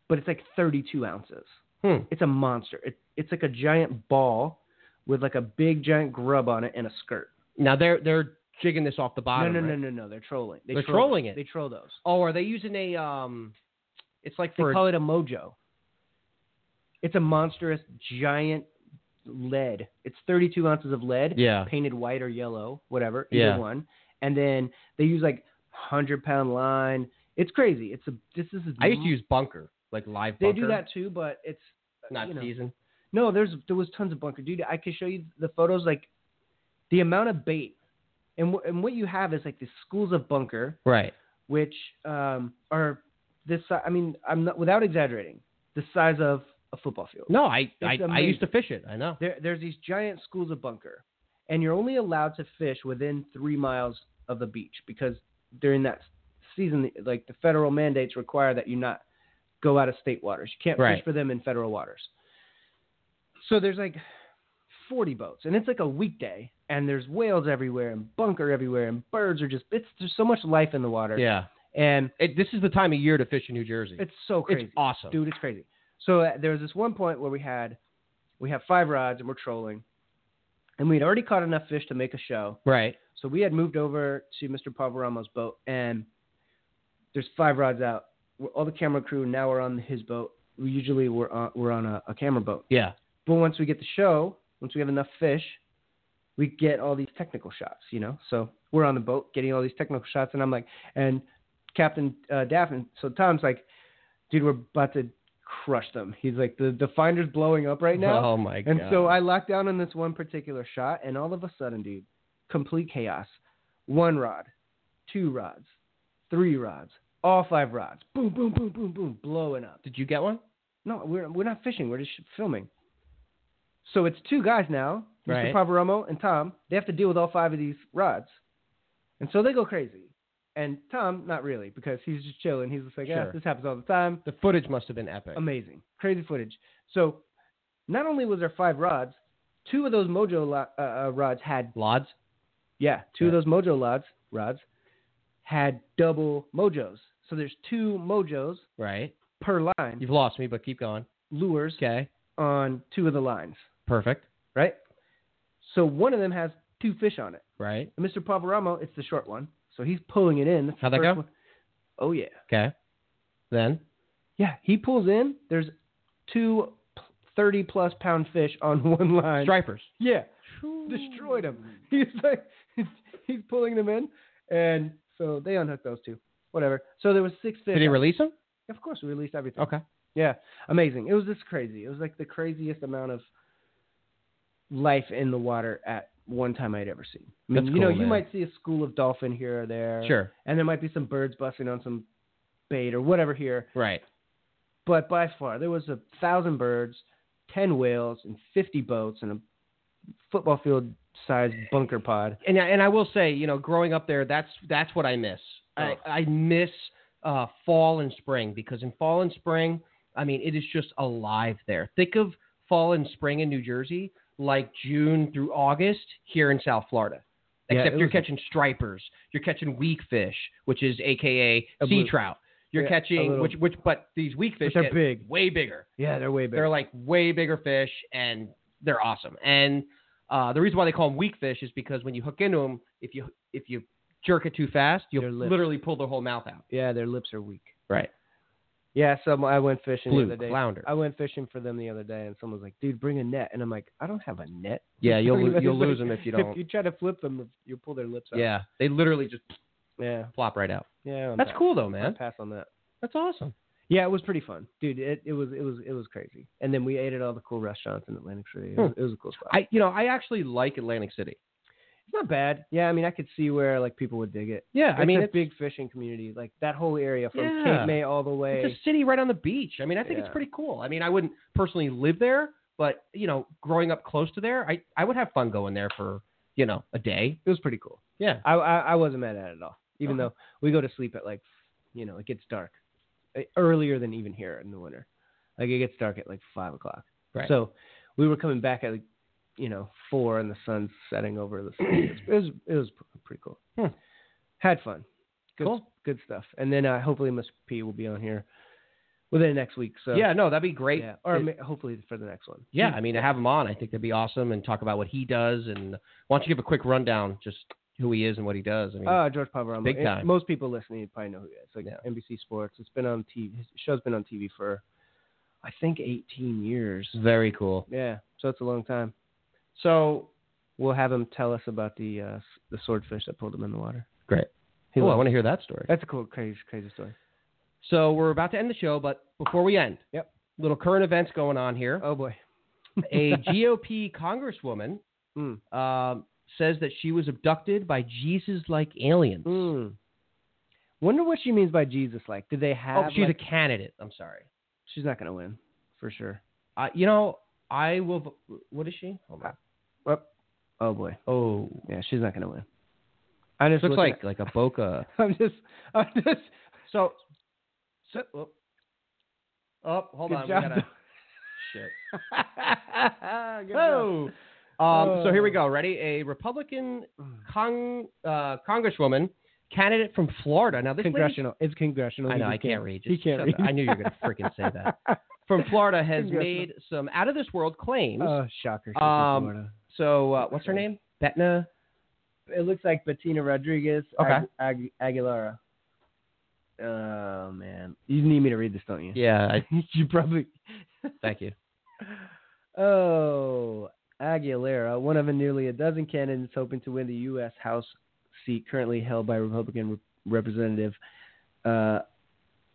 Speaker 5: but it's like 32 ounces.
Speaker 4: Hmm.
Speaker 5: It's a monster. It, it's like a giant ball with like a big giant grub on it and a skirt.
Speaker 4: now they're they're jigging this off the bottom.
Speaker 5: no, no,
Speaker 4: right?
Speaker 5: no, no, no. They're trolling. They
Speaker 4: They're
Speaker 5: troll
Speaker 4: trolling
Speaker 5: those.
Speaker 4: it.
Speaker 5: They troll those.
Speaker 4: Oh, are they using a um? It's like
Speaker 5: They
Speaker 4: for
Speaker 5: call it a mojo. It's a monstrous giant lead. It's 32 ounces of lead,
Speaker 8: Yeah.
Speaker 5: painted white or yellow, whatever, either
Speaker 8: Yeah.
Speaker 5: one. And then they use like 100 pound line. It's crazy. It's a this is.
Speaker 4: I used to use bunker, like live
Speaker 5: Mm-hmm. They
Speaker 4: bunker.
Speaker 5: do that too, but it's
Speaker 4: Not
Speaker 5: you know.
Speaker 4: season.
Speaker 5: No, there's there was tons of bunker, dude. I could show you the photos, like the amount of bait, and wh- and what you have is like the schools of bunker,
Speaker 4: Right.
Speaker 5: which um, are this. si- I mean, I'm not without exaggerating, the size of a football field.
Speaker 4: No, I I, I
Speaker 5: amazing.
Speaker 4: used to fish it. I know.
Speaker 5: There, there's these giant schools of bunker, and you're only allowed to fish within three miles of the beach because during that season, like the federal mandates require that you not go out of state waters. You can't
Speaker 4: Right.
Speaker 5: fish for them in federal waters. So there's like 40 boats, and it's like a weekday, and there's whales everywhere, and bunker everywhere, and birds are just, it's, there's so much life in the water.
Speaker 4: Yeah.
Speaker 5: And
Speaker 4: It, this is the time of year to fish in New Jersey.
Speaker 5: it's so crazy.
Speaker 4: awesome.
Speaker 5: Dude, it's crazy. So uh, there was this one point where we had, we have five rods and we're trolling, and we had already caught enough fish to make a show.
Speaker 4: Right.
Speaker 5: So we had moved over to Mr. Pavaramo's boat, and there's five rods out. We're, all the camera crew now are on his boat. We usually we're on we're on a, a camera boat.
Speaker 4: Yeah.
Speaker 5: But once we get the show, once we have enough fish, we get all these technical shots, you know? So we're on the boat getting all these technical shots. And I'm like, and Captain uh, Daffin, so Tom's like, dude, we're about to crush them. He's like, the, the finder's blowing up right now.
Speaker 4: Oh my
Speaker 5: and
Speaker 4: god.
Speaker 5: so I locked down on this one particular shot. And all of a sudden, dude, complete chaos. One rod, two rods, three rods, all five rods. Boom, boom, boom, boom, boom, blowing up.
Speaker 4: did you get one?
Speaker 5: No, we're we're not fishing. We're just filming. So it's two guys now, Mr.
Speaker 4: Right.
Speaker 5: Pavaromo and Tom. They have to deal with all five of these rods, and so they go crazy. And Tom, not really, because he's just chilling. He's just like, yeah,
Speaker 4: Sure.
Speaker 5: this happens all the time.
Speaker 4: The footage must have been epic.
Speaker 5: Amazing, crazy footage. So not only was there five rods, two of those mojo lo- uh, uh, rods had
Speaker 4: Lods.
Speaker 5: yeah, two of those mojo rods rods had double mojos. So there's two mojos
Speaker 4: Right.
Speaker 5: per line
Speaker 4: You've lost me, but keep going.
Speaker 5: lures
Speaker 4: Okay.
Speaker 5: on two of the lines.
Speaker 4: Perfect.
Speaker 5: right? So one of them has two fish on it.
Speaker 4: Right.
Speaker 5: And Mr. Pavaramo, it's the short one, so he's pulling it in. That's the
Speaker 4: How'd that
Speaker 5: first
Speaker 4: go?
Speaker 5: one. Oh yeah,
Speaker 4: Okay. Then.
Speaker 5: yeah. He pulls in. There's two p- 30 plus pound fish on one line.
Speaker 4: Stripers.
Speaker 5: Yeah, destroyed him. He's like, he's pulling them in, and so they unhooked those two. Whatever. So there was six fish.
Speaker 4: Did he
Speaker 5: on-
Speaker 4: release them?
Speaker 5: Of course, we released everything.
Speaker 4: Okay.
Speaker 5: Yeah, amazing. It was just crazy. It was like the craziest amount of life in the water at one time I'd ever seen. I mean,
Speaker 4: That's
Speaker 5: you know,
Speaker 4: cool,
Speaker 5: you
Speaker 4: man.
Speaker 5: might see a school of dolphin here or there,
Speaker 4: Sure.
Speaker 5: and there might be some birds busting on some bait or whatever here.
Speaker 4: Right.
Speaker 5: But by far, there was a thousand birds, ten whales, and fifty boats, and a football field-sized bunker pod.
Speaker 4: and and I will say, you know, growing up there, that's that's what I miss. I,
Speaker 5: Ugh.
Speaker 4: I miss uh, fall and spring because in fall and spring, I mean, it is just alive there. Think of fall and spring in New Jersey like June through August here in South Florida.
Speaker 5: Yeah,
Speaker 4: Except
Speaker 5: it
Speaker 4: you're
Speaker 5: was-
Speaker 4: catching stripers, you're catching weak fish, which is AKA
Speaker 5: A
Speaker 4: sea
Speaker 5: blue-
Speaker 4: trout. You're
Speaker 5: yeah, a
Speaker 4: catching
Speaker 5: little-
Speaker 4: which which but these weak fish
Speaker 5: they're
Speaker 4: get
Speaker 5: big.
Speaker 4: way bigger
Speaker 5: Yeah, they're way
Speaker 4: they're
Speaker 5: bigger.
Speaker 4: like way bigger fish and they're awesome. And uh, the reason why they call them weak fish is because when you hook into them, if you if you jerk it too fast, you'll
Speaker 5: Their lips.
Speaker 4: literally pull their whole mouth out.
Speaker 5: yeah, their lips are weak.
Speaker 4: Right.
Speaker 5: Yeah, so I went fishing
Speaker 4: Fluke,
Speaker 5: the other day.
Speaker 4: flounder.
Speaker 5: I went fishing for them the other day, and someone was like, "Dude, bring a net," and I'm like, "I don't have a net."
Speaker 4: Yeah, you'll
Speaker 5: It's
Speaker 4: lo- you'll
Speaker 5: like,
Speaker 4: lose 'em if you don't.
Speaker 5: If you try to flip them, you'll pull their lips out.
Speaker 4: Yeah, they literally just
Speaker 5: yeah,
Speaker 4: plop right out.
Speaker 5: yeah. I'm
Speaker 4: That's
Speaker 5: pa-
Speaker 4: cool though,
Speaker 5: I'm
Speaker 4: man.
Speaker 5: Pass on that.
Speaker 4: That's awesome.
Speaker 5: Yeah, it was pretty fun, dude. It, it was it was it was crazy. And then we ate at all the cool restaurants in Atlantic City. It was,
Speaker 4: Hmm.
Speaker 5: it was a cool spot.
Speaker 4: I you know I actually like Atlantic City.
Speaker 5: it's not bad. Yeah, I mean, I could see where like people would dig it.
Speaker 4: Yeah, I mean
Speaker 5: a
Speaker 4: it's,
Speaker 5: big fishing community, like that whole area from
Speaker 4: Yeah.
Speaker 5: Cape May all the way.
Speaker 4: it's a city right on the beach. I mean I think it's
Speaker 5: Yeah.
Speaker 4: pretty cool. I mean I wouldn't personally live there, but you know growing up close to there, I I would have fun going there for you know a day.
Speaker 5: it was pretty cool.
Speaker 4: Yeah.
Speaker 5: I, I I wasn't mad at it at all. Even
Speaker 4: Okay.
Speaker 5: though we go to sleep at like, you know, it gets dark uh, earlier than even here in the winter. Like it gets dark at like five o'clock.
Speaker 4: Right.
Speaker 5: So we were coming back at like, you know, four and the sun's setting over the city. It was it was pr- pretty cool.
Speaker 4: Hmm.
Speaker 5: Had fun. Good,
Speaker 4: Cool.
Speaker 5: Good stuff. And then uh, hopefully Miss P will be on here within next week. So
Speaker 4: yeah, no, that'd be great.
Speaker 5: yeah. Or
Speaker 4: It-
Speaker 5: ma- hopefully for the next one.
Speaker 4: yeah, I mean to have him on, I think that'd be awesome, and talk about what he does. And why don't you give a quick rundown, just who he is and what he does? I mean,
Speaker 5: Uh, George Pavarama.
Speaker 4: Big
Speaker 5: And
Speaker 4: time.
Speaker 5: Most people listening probably know who he is. Like
Speaker 4: Yeah.
Speaker 5: NBC Sports. It's been on TV. His show's been on TV for, I think, 18 years.
Speaker 4: it's very cool.
Speaker 5: Yeah, so it's a long time.
Speaker 4: So
Speaker 5: We'll have him tell us about the uh, s- the swordfish that pulled him in the water.
Speaker 4: Great.
Speaker 5: He
Speaker 4: cool, I
Speaker 5: loves-
Speaker 4: want to hear that story.
Speaker 5: That's a cool, crazy, crazy story.
Speaker 4: So we're about to end the show, but before we end,
Speaker 5: Yep.
Speaker 4: little current events going on here.
Speaker 5: Oh boy.
Speaker 4: A GOP congresswoman
Speaker 5: Mm.
Speaker 4: um, says that she was abducted by Jesus-like aliens.
Speaker 5: Mm. Wonder what she means by Jesus. Like, did they have?
Speaker 4: Oh, she's
Speaker 5: like-
Speaker 4: a candidate. I'm sorry.
Speaker 5: she's not gonna win for sure.
Speaker 4: Uh, you know, I will. v- What is she? Hold on.
Speaker 5: Oh boy.
Speaker 4: Oh,
Speaker 5: Yeah, she's not gonna win. I just
Speaker 4: looks
Speaker 5: looking
Speaker 4: like like a Boca.
Speaker 5: at- I'm just I'm just
Speaker 4: So, so oh, oh, hold
Speaker 5: Good
Speaker 4: on,
Speaker 5: job.
Speaker 4: we gotta shit.
Speaker 5: Good job.
Speaker 4: Oh. Um, So here we
Speaker 5: Oh.
Speaker 4: go. Ready? A Republican con- uh, congresswoman candidate from Florida. Now this lady-
Speaker 5: congressional. It's congressional.
Speaker 4: I
Speaker 5: He
Speaker 4: know I
Speaker 5: just
Speaker 4: can't read.
Speaker 5: He
Speaker 4: Just
Speaker 5: can't
Speaker 4: shut
Speaker 5: read.
Speaker 4: up. I knew you were gonna freaking say that. From Florida has
Speaker 5: Congressional.
Speaker 4: made some out of this world claims.
Speaker 5: oh, shocker. She's from
Speaker 4: Um,
Speaker 5: Florida.
Speaker 4: so uh, what's her name? Betna.
Speaker 5: It looks like Bettina Rodriguez
Speaker 4: Okay.
Speaker 5: Ag- Ag- Aguilera. Oh man, you need me to read this, don't you?
Speaker 4: Yeah. I,
Speaker 5: you probably.
Speaker 4: thank you.
Speaker 5: Oh, Aguilera, one of a nearly a dozen candidates hoping to win the U.S. House seat currently held by Republican Rep- Representative uh,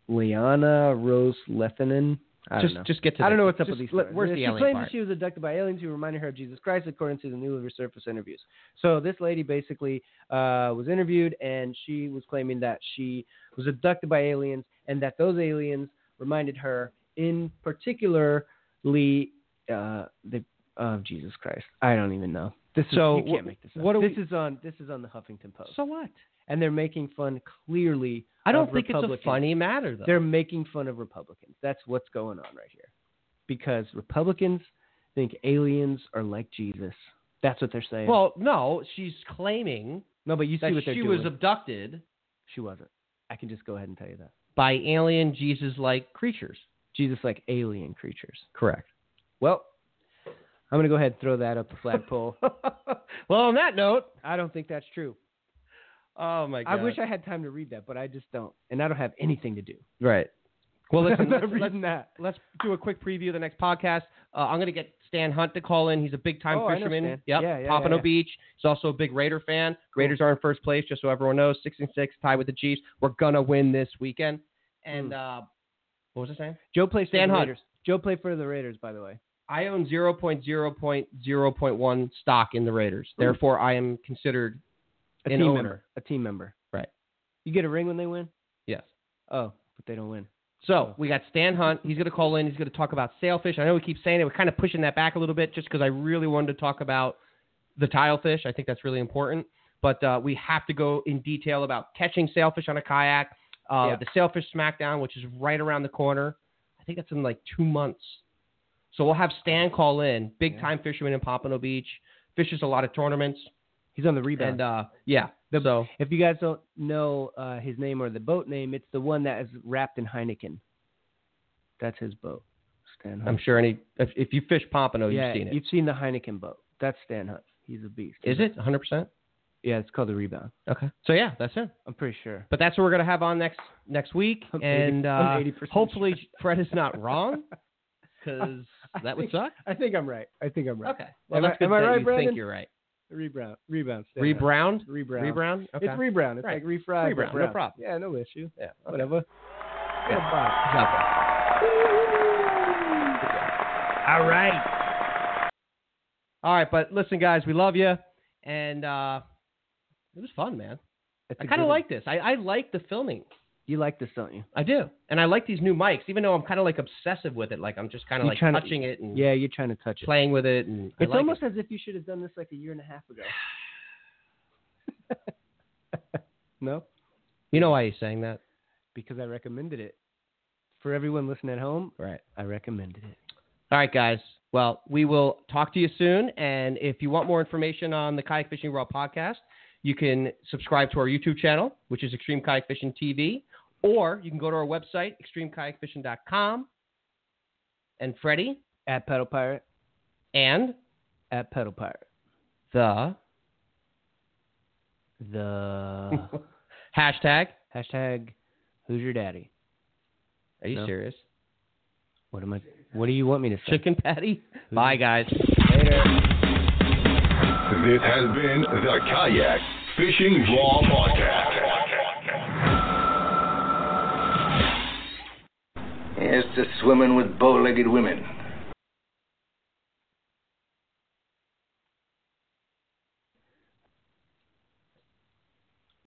Speaker 5: Liana Rose Lethinen. I
Speaker 4: just
Speaker 5: don't know.
Speaker 4: just get to.
Speaker 5: I don't
Speaker 4: the-
Speaker 5: know what's up
Speaker 4: just
Speaker 5: with these.
Speaker 4: let-
Speaker 5: stories.
Speaker 4: Where's
Speaker 5: she
Speaker 4: the alien
Speaker 5: claimed
Speaker 4: part?
Speaker 5: that she was abducted by aliens who reminded her of Jesus Christ, according to the newly resurfaced interviews. So this lady basically uh, was interviewed, and she was claiming that she was abducted by aliens, and that those aliens reminded her, in particularly, uh, the, of Jesus Christ. I don't even know. This is,
Speaker 4: So
Speaker 5: you can't
Speaker 4: wh-
Speaker 5: make this up.
Speaker 4: what do
Speaker 5: this
Speaker 4: we-
Speaker 5: is on this is on the Huffington Post,
Speaker 4: So what?
Speaker 5: and they're making fun clearly.
Speaker 4: I don't
Speaker 5: of
Speaker 4: think it's
Speaker 5: Republicans.
Speaker 4: a funny matter though.
Speaker 5: They're making fun of Republicans. That's what's going on right here. Because Republicans think aliens are like Jesus. That's what they're saying.
Speaker 4: well, no, she's claiming
Speaker 5: no, but you see
Speaker 4: that
Speaker 5: what they're
Speaker 4: she
Speaker 5: doing.
Speaker 4: was abducted
Speaker 5: she wasn't. I can just go ahead and tell you that.
Speaker 4: by alien Jesus-like creatures.
Speaker 5: Jesus like alien creatures.
Speaker 4: Correct.
Speaker 5: Well, I'm going to go ahead and throw that up the flagpole.
Speaker 4: Well, on that note,
Speaker 5: I don't think that's true.
Speaker 4: oh my
Speaker 5: I wish I had time to read that, but I just don't. And I don't have anything to do.
Speaker 4: right. Well, listen,
Speaker 5: I'm
Speaker 4: let's,
Speaker 5: not
Speaker 4: let's,
Speaker 5: reading that.
Speaker 4: let's do a quick preview of the next podcast. Uh, I'm going to get Stan Hunt to call in. He's a big time
Speaker 5: Oh, I know
Speaker 4: fisherman.
Speaker 5: Stan.
Speaker 4: Yep,
Speaker 5: Yeah, yeah,
Speaker 4: Pompano
Speaker 5: yeah, yeah.
Speaker 4: Beach. He's also a big Raider fan. Raiders are in first place, just so everyone knows. Six and six, tied with the Chiefs. We're gonna win this weekend. And
Speaker 5: Hmm.
Speaker 4: uh, what was I saying?
Speaker 5: Joe plays
Speaker 4: Stan
Speaker 5: for the
Speaker 4: Hunt.
Speaker 5: Raiders. Joe played for the Raiders, by the way.
Speaker 4: I own 0.0.0.1 stock in the Raiders. Therefore, I am considered
Speaker 5: Hmm. A
Speaker 4: An
Speaker 5: team
Speaker 4: owner.
Speaker 5: member. A team member.
Speaker 4: Right.
Speaker 5: You get a ring when they win?
Speaker 4: yes.
Speaker 5: Oh, but they don't win.
Speaker 4: So we got Stan Hunt. He's going to call in. He's going to talk about sailfish. I know we keep saying it. We're kind of pushing that back a little bit just because I really wanted to talk about the tilefish. I think that's really important. But uh, we have to go in detail about catching sailfish on a kayak, uh,
Speaker 5: Yeah.
Speaker 4: the sailfish smackdown, which is right around the corner. I think that's in like two months. So we'll have Stan call in, big time fisherman in Pompano Beach, fishes a lot of tournaments.
Speaker 5: He's on the rebound.
Speaker 4: And uh, yeah, so
Speaker 5: If you guys don't know uh, his name or the boat name, it's the one that is wrapped in Heineken. That's his boat, Stan Hunt.
Speaker 4: I'm sure any if, if you fish Pompano,
Speaker 5: yeah,
Speaker 4: you've seen it.
Speaker 5: you've seen the Heineken boat. That's Stan Hunt. He's a beast.
Speaker 4: Is it 100%?
Speaker 5: Yeah, it's called the Rebound.
Speaker 4: Okay. So yeah, that's it.
Speaker 5: I'm pretty sure.
Speaker 4: But that's what we're gonna have on next next week,
Speaker 5: I'm 80
Speaker 4: and
Speaker 5: I'm
Speaker 4: uh,
Speaker 5: 80%
Speaker 4: hopefully Fred is not wrong, because that would suck.
Speaker 5: I think I'm right. I think I'm right.
Speaker 4: Okay. Well,
Speaker 5: Am I-
Speaker 4: that's good
Speaker 5: am I
Speaker 4: that
Speaker 5: right,
Speaker 4: you
Speaker 5: Brandon?
Speaker 4: think you're right.
Speaker 5: Rebound. Rebound. Stan Hunt.
Speaker 4: Rebrown.
Speaker 5: Rebound.
Speaker 4: Rebrown. Okay.
Speaker 5: It's rebound. It's
Speaker 4: Right.
Speaker 5: like refried.
Speaker 4: Rebound,
Speaker 5: but
Speaker 4: no
Speaker 5: brown.
Speaker 4: problem.
Speaker 5: Yeah, no issue.
Speaker 4: yeah.
Speaker 5: Whatever. It's out there.
Speaker 4: All right. All right, but listen, guys, we love you, and uh, it was fun, man.
Speaker 5: It's
Speaker 4: I
Speaker 5: a
Speaker 4: kind
Speaker 5: good
Speaker 4: of
Speaker 5: one.
Speaker 4: like this. I, I like the filming.
Speaker 5: You like this, don't you?
Speaker 4: I do, and I like these new mics, even though I'm kind of like obsessive with it. Like I'm just kind of
Speaker 5: You
Speaker 4: like
Speaker 5: kinda-
Speaker 4: touching it and
Speaker 5: Yeah, you're trying to touch it.
Speaker 4: playing with it, and I
Speaker 5: It's
Speaker 4: like
Speaker 5: almost
Speaker 4: it.
Speaker 5: as if you should have done this like a year and a half ago. no,
Speaker 4: You know why he's saying that,
Speaker 5: because I recommended it. For everyone listening at home,
Speaker 4: right?
Speaker 5: I recommended it.
Speaker 4: All right, guys. Well, we will talk to you soon. And if you want more information on the Kayak Fishing Raw podcast, you can subscribe to our YouTube channel, which is Extreme Kayak Fishing TV, or you can go to our website, extremekayakfishing.com. And Freddie
Speaker 5: At Pedal Pirate,
Speaker 4: and
Speaker 5: at Pedal Pirate.
Speaker 4: the
Speaker 5: The
Speaker 4: hashtag.
Speaker 5: Uh, hashtag Who's Your Daddy?
Speaker 4: Are you
Speaker 5: No.
Speaker 4: serious?
Speaker 5: What am I? What do you want me to say?
Speaker 4: Chicken patty? Bye, guys.
Speaker 3: This has been the Kayak Fishing Raw Podcast.
Speaker 8: Here's to swimming with bow legged women.